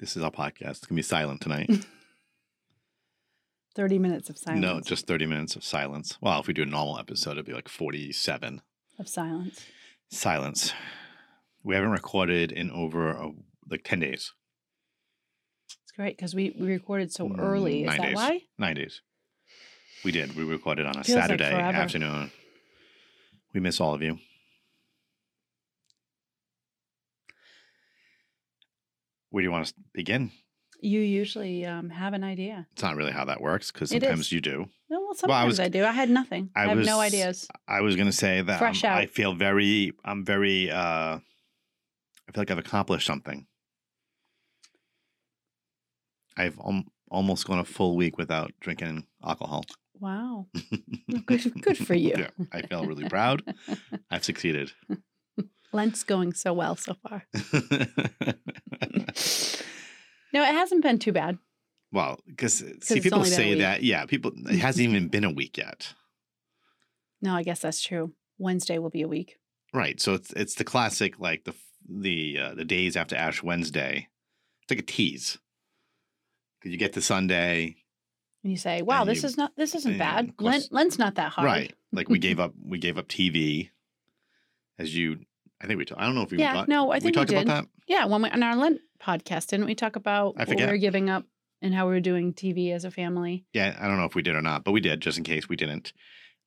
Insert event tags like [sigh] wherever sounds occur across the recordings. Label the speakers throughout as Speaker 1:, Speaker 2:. Speaker 1: This is our podcast. It's gonna be silent
Speaker 2: [laughs]
Speaker 1: tonight.
Speaker 2: 30 minutes of silence.
Speaker 1: No, just thirty minutes of silence. Well, if we do a normal episode, it'd be like forty-seven
Speaker 2: Of silence.
Speaker 1: silence. We haven't recorded in over uh like ten days,
Speaker 2: It's great because we, we recorded so early.
Speaker 1: Mm,
Speaker 2: Is
Speaker 1: nine
Speaker 2: that
Speaker 1: days.
Speaker 2: why?
Speaker 1: nine days. We did. We recorded on a
Speaker 2: Feels like
Speaker 1: Saturday
Speaker 2: forever.
Speaker 1: afternoon. We miss all of you. Where do you want to begin?
Speaker 2: You usually um, have an idea.
Speaker 1: It's not really how that works because
Speaker 2: It
Speaker 1: sometimes
Speaker 2: is.
Speaker 1: you do.
Speaker 2: No, well, sometimes
Speaker 1: Well, I
Speaker 2: I,
Speaker 1: was-
Speaker 2: do. I had nothing.
Speaker 1: I
Speaker 2: I, have no
Speaker 1: was-
Speaker 2: ideas.
Speaker 1: I was gonna say that
Speaker 2: Fresh
Speaker 1: I'm-
Speaker 2: out.
Speaker 1: I feel very. I'm very. uh I feel like I've accomplished something. I've al- almost gone a full week without drinking alcohol. [laughs]
Speaker 2: Wow. Good- good for you.
Speaker 1: Yeah, I feel really proud. I've succeeded. [laughs]
Speaker 2: Lent's going so well so far. No, it hasn't been too bad.
Speaker 1: well, because see,
Speaker 2: it's
Speaker 1: people
Speaker 2: only been a
Speaker 1: say
Speaker 2: week.
Speaker 1: that. Yeah, people. It hasn't even been a week yet.
Speaker 2: No, I guess that's true. Wednesday will be a week.
Speaker 1: Right. So it's it's the classic like the f- the uh, the days after Ash Wednesday. It's like a tease. 'Cause you get to Sunday,
Speaker 2: And you say, wow,
Speaker 1: And
Speaker 2: this
Speaker 1: you-
Speaker 2: is not, this isn't
Speaker 1: and
Speaker 2: bad.
Speaker 1: of course-
Speaker 2: Lent, Lent's not that hard.
Speaker 1: right? Like we gave up we gave up TV, as you. I think we. I I don't know if we.
Speaker 2: Yeah,
Speaker 1: brought-
Speaker 2: no, I
Speaker 1: we
Speaker 2: think we
Speaker 1: talked
Speaker 2: did.
Speaker 1: about
Speaker 2: Yeah, when we on our Lent podcast, didn't we talk about
Speaker 1: I
Speaker 2: what we
Speaker 1: forget.
Speaker 2: were giving up and how we were doing TV as a family?
Speaker 1: that. Yeah, I don't know if we did or not, but we did just in case we didn't.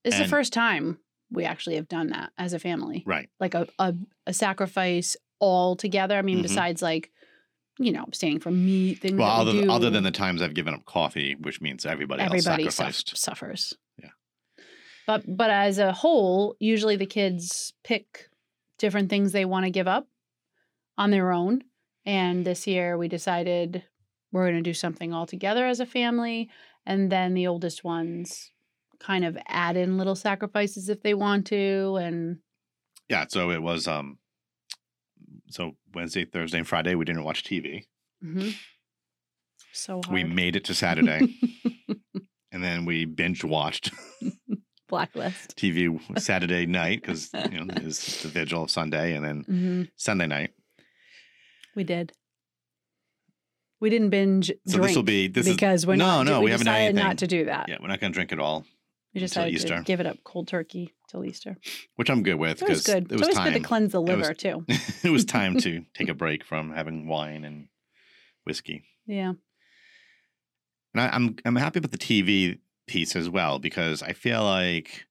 Speaker 2: It's
Speaker 1: And-
Speaker 2: the first time we actually have done that as a family,
Speaker 1: Right.
Speaker 2: like a a, a sacrifice all together. I mean,
Speaker 1: Mhm.
Speaker 2: besides like you know abstaining from meat things.
Speaker 1: Well,
Speaker 2: that we
Speaker 1: other,
Speaker 2: do,
Speaker 1: other than the times I've given up coffee, which means everybody,
Speaker 2: everybody
Speaker 1: else
Speaker 2: suff-
Speaker 1: sacrificed.
Speaker 2: suffers.
Speaker 1: Yeah.
Speaker 2: But but as a whole, usually the kids pick different things they want to give up on their own. And this year we decided we're going to do something all together as a family, and then the oldest ones kind of add in little sacrifices if they want to and
Speaker 1: Yeah. So it was um. So Wednesday, Thursday, and Friday we didn't watch TV.
Speaker 2: mhm. so hard.
Speaker 1: We made
Speaker 2: [laughs]
Speaker 1: it to Saturday, and then we binge watched
Speaker 2: blacklist.
Speaker 1: TV Saturday night because you
Speaker 2: [laughs]
Speaker 1: know it's the vigil of Sunday, and then
Speaker 2: hmm
Speaker 1: Sunday night.
Speaker 2: We did. We didn't binge
Speaker 1: So
Speaker 2: drink
Speaker 1: this will be this is
Speaker 2: because we're
Speaker 1: no,
Speaker 2: not,
Speaker 1: no,
Speaker 2: we,
Speaker 1: we haven't done
Speaker 2: decided
Speaker 1: anything.
Speaker 2: not to do that.
Speaker 1: yeah. We're not gonna drink at all,
Speaker 2: We
Speaker 1: Until
Speaker 2: decided
Speaker 1: Easter.
Speaker 2: to give it up cold turkey till Easter.
Speaker 1: which I'm good with
Speaker 2: It
Speaker 1: because
Speaker 2: was
Speaker 1: it
Speaker 2: good.
Speaker 1: was
Speaker 2: it's always
Speaker 1: time.
Speaker 2: good to cleanse the
Speaker 1: was-
Speaker 2: liver too.
Speaker 1: [laughs] it was time
Speaker 2: [laughs]
Speaker 1: to take a break from having wine and whiskey.
Speaker 2: Yeah.
Speaker 1: And I, I'm I'm happy about the TV piece as well because I feel like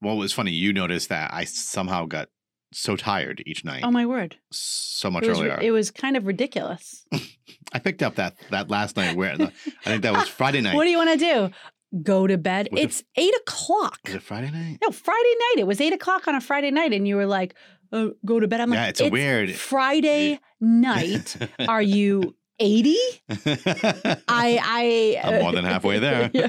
Speaker 1: well, it was funny. You noticed that I somehow got so tired each night,
Speaker 2: Oh my word.
Speaker 1: so much
Speaker 2: It was,
Speaker 1: earlier.
Speaker 2: it was kind of ridiculous.
Speaker 1: I picked up that that last night where I think
Speaker 2: [laughs]
Speaker 1: that was Friday night.
Speaker 2: What do you want to do? Go to bed.
Speaker 1: Was it-
Speaker 2: it's eight o'clock.
Speaker 1: was it Friday night?
Speaker 2: no, Friday night. It was eight o'clock on a Friday night, and you were like, uh, "Go to bed." I'm like,
Speaker 1: yeah, it's a weird [laughs]
Speaker 2: Friday [laughs] night. Are you eighty?
Speaker 1: I [laughs]
Speaker 2: I I
Speaker 1: I'm more than
Speaker 2: [laughs]
Speaker 1: halfway there.
Speaker 2: Yeah.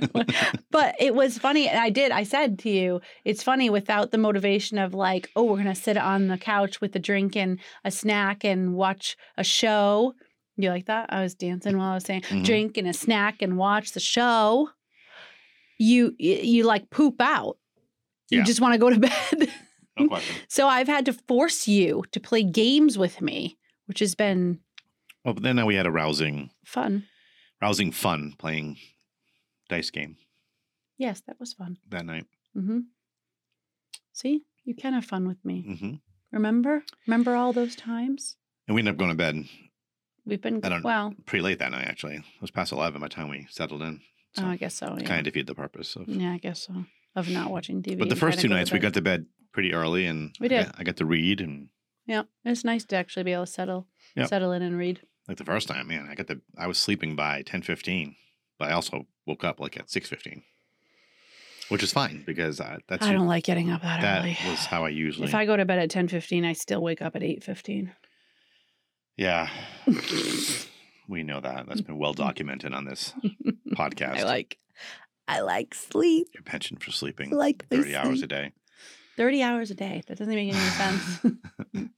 Speaker 2: But it was funny and I did I said to you it's funny without the motivation of like oh we're going to sit on the couch with a drink and a snack and watch a show. You like that? I was dancing while I was saying
Speaker 1: Mhm.
Speaker 2: drink and a snack and watch the show. You you, you like poop out.
Speaker 1: Yeah.
Speaker 2: You just want to [laughs] go to bed.
Speaker 1: [laughs] no question.
Speaker 2: so I've had to force you to play games with me, which has been
Speaker 1: Well, Oh, but then we had a rousing,
Speaker 2: fun.
Speaker 1: rousing fun playing dice game
Speaker 2: Yes, that was fun.
Speaker 1: that night.
Speaker 2: Mm-hmm. See, you can have fun with me.
Speaker 1: hmm
Speaker 2: Remember? Remember all those times?
Speaker 1: And we ended up going to bed
Speaker 2: We've been,
Speaker 1: I don't-
Speaker 2: well,
Speaker 1: pretty late that night. Actually, it was past eleven by the time we settled in. So
Speaker 2: oh, I guess so. Yeah.
Speaker 1: kind of defeated the purpose of.
Speaker 2: yeah, I guess so. Of not watching TV.
Speaker 1: But the first
Speaker 2: and trying to
Speaker 1: two
Speaker 2: go to
Speaker 1: nights we
Speaker 2: bed.
Speaker 1: got to bed pretty early, and I
Speaker 2: We did.
Speaker 1: got- I got to read, and
Speaker 2: Yeah, it's nice to actually be able to settle,
Speaker 1: Yep.
Speaker 2: settle in and read.
Speaker 1: like the first time, man, I got to. I was sleeping by ten fifteen, but I also woke up like at six fifteen, which is fine because I, that's
Speaker 2: I don't like getting up that,
Speaker 1: that
Speaker 2: early.
Speaker 1: was how I usually.
Speaker 2: [sighs] If I go to bed at ten fifteen, I still wake up at eight fifteen. [laughs]
Speaker 1: Yeah. we know that. That's been well documented on this podcast.
Speaker 2: [laughs] I like, I like sleep.
Speaker 1: Your penchant for sleeping
Speaker 2: I like my
Speaker 1: 30 hours a
Speaker 2: sleep.
Speaker 1: day.
Speaker 2: Thirty hours a day. That doesn't make [laughs] any sense.
Speaker 1: [laughs]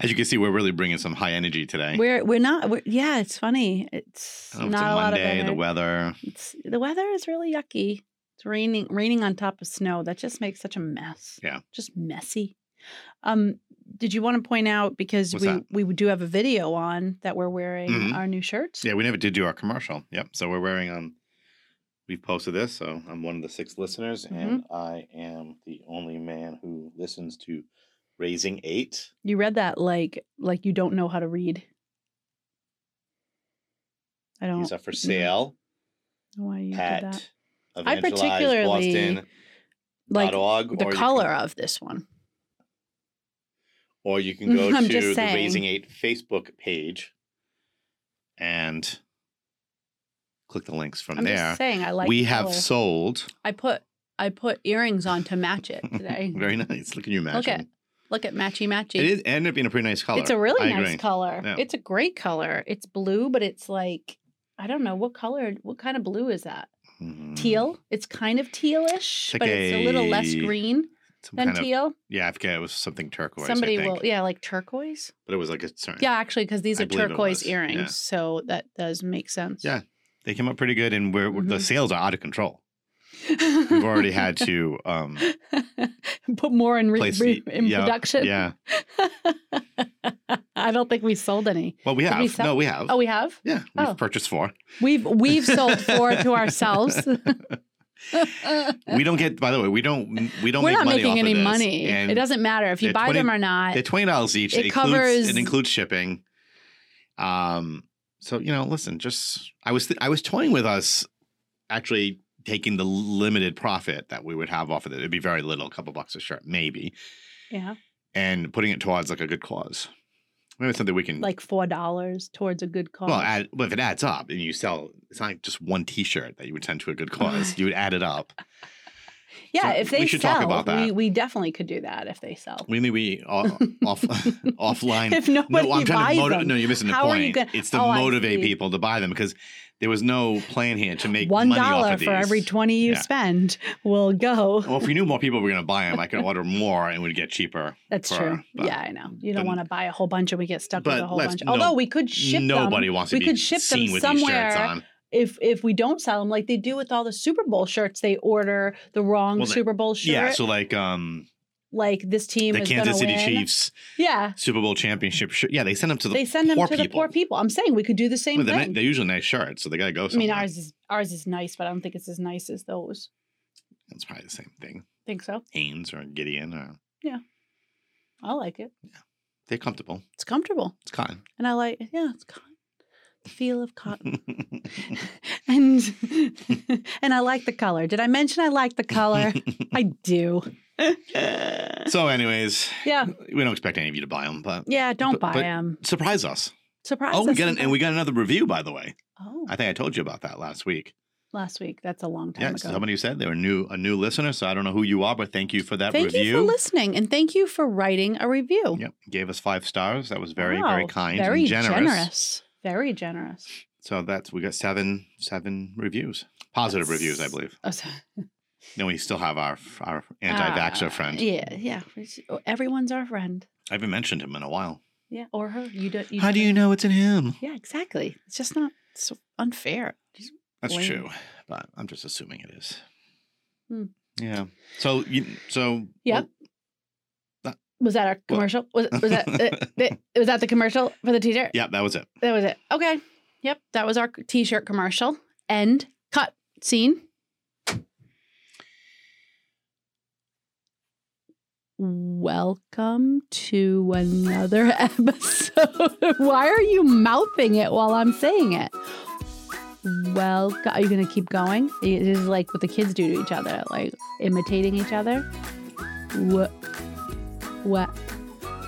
Speaker 1: As you can see, we're really bringing some high energy today.
Speaker 2: we're we're not. We're, yeah, it's funny. It's
Speaker 1: I
Speaker 2: not
Speaker 1: don't know if
Speaker 2: a
Speaker 1: it's a
Speaker 2: lot of
Speaker 1: Monday, the
Speaker 2: ener-
Speaker 1: weather.
Speaker 2: It's the weather is really yucky. It's raining raining on top of snow. That just makes such a mess.
Speaker 1: Yeah.
Speaker 2: Just messy. Um did you want to point out because
Speaker 1: What's
Speaker 2: we
Speaker 1: that?
Speaker 2: we do have a video on that we're wearing
Speaker 1: Mhm.
Speaker 2: our new shirts?
Speaker 1: Yeah, we never did do our commercial. Yep. So we're wearing um we've posted this, so I'm one of the six listeners,
Speaker 2: Mm-hmm.
Speaker 1: and I am the only man who listens to Raising Eight.
Speaker 2: You read that like like you don't know how to read. I don't
Speaker 1: These are for sale
Speaker 2: know why you did that.
Speaker 1: at
Speaker 2: I particularly Like
Speaker 1: evangelizeboston.org.
Speaker 2: the
Speaker 1: or you
Speaker 2: color
Speaker 1: can,
Speaker 2: of this one.
Speaker 1: or you
Speaker 2: [laughs]
Speaker 1: can go
Speaker 2: I'm
Speaker 1: to
Speaker 2: just
Speaker 1: the
Speaker 2: saying.
Speaker 1: Raising Eight Facebook page and click the links from
Speaker 2: I'm
Speaker 1: there.
Speaker 2: just saying I like oh.
Speaker 1: we
Speaker 2: the
Speaker 1: have
Speaker 2: color.
Speaker 1: sold.
Speaker 2: I put I put earrings on to
Speaker 1: [laughs]
Speaker 2: match it today.
Speaker 1: Very nice. Look at you, imagine.
Speaker 2: Look at look at matchy matchy.
Speaker 1: It is, ended up being a pretty nice color.
Speaker 2: It's a really
Speaker 1: I
Speaker 2: nice
Speaker 1: agree.
Speaker 2: color.
Speaker 1: Yeah.
Speaker 2: It's a great color. It's blue, but it's like I don't know what color. What kind of blue is that?
Speaker 1: Mhm.
Speaker 2: Teal. It's kind of tealish,
Speaker 1: It's like
Speaker 2: but it's a little less
Speaker 1: a
Speaker 2: green
Speaker 1: Some
Speaker 2: than
Speaker 1: kind of-
Speaker 2: teal.
Speaker 1: yeah, I forget. It was something turquoise.
Speaker 2: Somebody
Speaker 1: I think.
Speaker 2: will, yeah, like turquoise.
Speaker 1: But it was like a certain.
Speaker 2: Yeah, actually, because these
Speaker 1: I
Speaker 2: are
Speaker 1: believe it
Speaker 2: turquoise
Speaker 1: was, yeah.
Speaker 2: earrings, so that does make sense. [laughs]
Speaker 1: Yeah. They came up pretty good, and we're, we're- the
Speaker 2: Mhm.
Speaker 1: sales are out of
Speaker 2: [laughs]
Speaker 1: control. We've already had to. um
Speaker 2: put more in, re-
Speaker 1: Place
Speaker 2: re-
Speaker 1: the-
Speaker 2: in
Speaker 1: yeah,
Speaker 2: production.
Speaker 1: Yeah.
Speaker 2: [laughs] I don't think we sold any.
Speaker 1: Well, we
Speaker 2: Did
Speaker 1: have.
Speaker 2: we sell-
Speaker 1: no, we have.
Speaker 2: Oh, we have.
Speaker 1: yeah, we've
Speaker 2: oh.
Speaker 1: purchased four.
Speaker 2: We've we've sold four to ourselves.
Speaker 1: We don't get. By the way, we don't. We don't.
Speaker 2: We're
Speaker 1: make
Speaker 2: not
Speaker 1: money
Speaker 2: making
Speaker 1: off of
Speaker 2: any
Speaker 1: this,
Speaker 2: money.
Speaker 1: and
Speaker 2: It doesn't matter if you
Speaker 1: they're
Speaker 2: buy
Speaker 1: 20
Speaker 2: them or not.
Speaker 1: They're twenty dollars each.
Speaker 2: It
Speaker 1: It,
Speaker 2: covers-
Speaker 1: includes it includes shipping. Um. So you know, listen. Just I was th- I was toying with us actually taking the limited profit that we would have off of it. It'd be very little, a couple bucks a shirt, maybe,
Speaker 2: yeah,
Speaker 1: and putting it towards like a good cause. Maybe it's something we can
Speaker 2: like four dollars towards a good cause.
Speaker 1: Well, add, well, if it adds up and you sell, it's not just one T-shirt that you would send to a good cause. You would add it up.
Speaker 2: yeah,
Speaker 1: so
Speaker 2: if they
Speaker 1: we should
Speaker 2: sell,
Speaker 1: talk about
Speaker 2: we
Speaker 1: that.
Speaker 2: we definitely could do that if they sell. [laughs]
Speaker 1: We mean we off, off offline.
Speaker 2: if nobody
Speaker 1: no, I'm trying
Speaker 2: buys
Speaker 1: to motivate.
Speaker 2: them,
Speaker 1: No, you're missing the
Speaker 2: how are
Speaker 1: point.
Speaker 2: you gonna-
Speaker 1: it's to
Speaker 2: Oh, I
Speaker 1: motivate
Speaker 2: see.
Speaker 1: people to buy them because there was no plan here to make
Speaker 2: one
Speaker 1: money off
Speaker 2: dollar
Speaker 1: of these.
Speaker 2: for every twenty you
Speaker 1: Yeah.
Speaker 2: spend will go.
Speaker 1: Well, if we knew more people were going to buy them, I could order more and it would get cheaper.
Speaker 2: That's
Speaker 1: for-
Speaker 2: true.
Speaker 1: but-
Speaker 2: yeah, I know. You don't
Speaker 1: but-
Speaker 2: want to buy a whole bunch and we get stuck with
Speaker 1: but
Speaker 2: a whole
Speaker 1: let's-
Speaker 2: bunch.
Speaker 1: no-
Speaker 2: Although we could ship
Speaker 1: Nobody
Speaker 2: them
Speaker 1: wants to
Speaker 2: we
Speaker 1: be
Speaker 2: could ship them
Speaker 1: seen with these shirts
Speaker 2: somewhere.
Speaker 1: on.
Speaker 2: if if we don't sell them like they do with all the Super Bowl shirts. They order the wrong
Speaker 1: Well, they-
Speaker 2: Super Bowl shirt.
Speaker 1: Yeah, so like um
Speaker 2: like this team
Speaker 1: the
Speaker 2: is
Speaker 1: Kansas City
Speaker 2: gonna win.
Speaker 1: Chiefs
Speaker 2: Yeah.
Speaker 1: Super Bowl championship shirt. Yeah, they send them to the
Speaker 2: They send them to
Speaker 1: poor
Speaker 2: the poor people. I'm saying we could do the same
Speaker 1: Well, they're, ni-
Speaker 2: thing.
Speaker 1: they're usually nice shirts, so they got to go
Speaker 2: I mean,
Speaker 1: somewhere.
Speaker 2: ours is ours is nice, but I don't think it's as nice as those.
Speaker 1: It's probably the same thing.
Speaker 2: Think so?
Speaker 1: Hanes or Gideon or
Speaker 2: I like it.
Speaker 1: they're comfortable.
Speaker 2: It's comfortable,
Speaker 1: It's cotton.
Speaker 2: and I like yeah, it's cotton. The feel of cotton, [laughs] and [laughs] and I like the color. Did I mention I like
Speaker 1: [laughs]
Speaker 2: the color? I do. yeah,
Speaker 1: [laughs] so, anyways, we don't expect any of you to buy them, but
Speaker 2: yeah. Don't
Speaker 1: But-
Speaker 2: buy
Speaker 1: but-
Speaker 2: them.
Speaker 1: surprise us.
Speaker 2: Surprise!
Speaker 1: Oh, we
Speaker 2: us
Speaker 1: got an, and we
Speaker 2: sometime.
Speaker 1: got another review, by the way.
Speaker 2: oh
Speaker 1: I think I told you about that last week.
Speaker 2: last week. That's a long time
Speaker 1: Yeah,
Speaker 2: ago.
Speaker 1: somebody said they were new, a new listener, so I don't know who you are, but thank you for that
Speaker 2: thank
Speaker 1: review.
Speaker 2: you for listening, and thank you for writing a review.
Speaker 1: Yep, gave us five stars. That was very, very
Speaker 2: Wow,
Speaker 1: kind
Speaker 2: very
Speaker 1: and generous.
Speaker 2: generous. Very generous.
Speaker 1: So that's we got seven, seven reviews, positive
Speaker 2: That's-
Speaker 1: reviews, I believe.
Speaker 2: Oh, so-
Speaker 1: No, we still have our our anti-vaxxer
Speaker 2: Uh,
Speaker 1: friend.
Speaker 2: Yeah, yeah. It's- oh, Everyone's our friend.
Speaker 1: I haven't mentioned him in a while.
Speaker 2: Yeah, or her. You don't. You
Speaker 1: How do you
Speaker 2: don't-
Speaker 1: know it's in him?
Speaker 2: Yeah, exactly. It's just not so unfair. Just-
Speaker 1: That's
Speaker 2: Blame.
Speaker 1: true, but I'm just assuming it is.
Speaker 2: Hmm.
Speaker 1: Yeah. So you so
Speaker 2: Yep. Was that our commercial? Was,
Speaker 1: [laughs]
Speaker 2: was that uh, th- was that the commercial for the T-shirt?
Speaker 1: yeah, that was it.
Speaker 2: That was it. Okay. Yep, that was our T-shirt commercial. End. Cut. Scene. Welcome to another [laughs] episode. [laughs] Why are you mouthing it while I'm saying it? Welcome. Are you going to keep going? It is like what the kids do to each other, like imitating each other. What? What?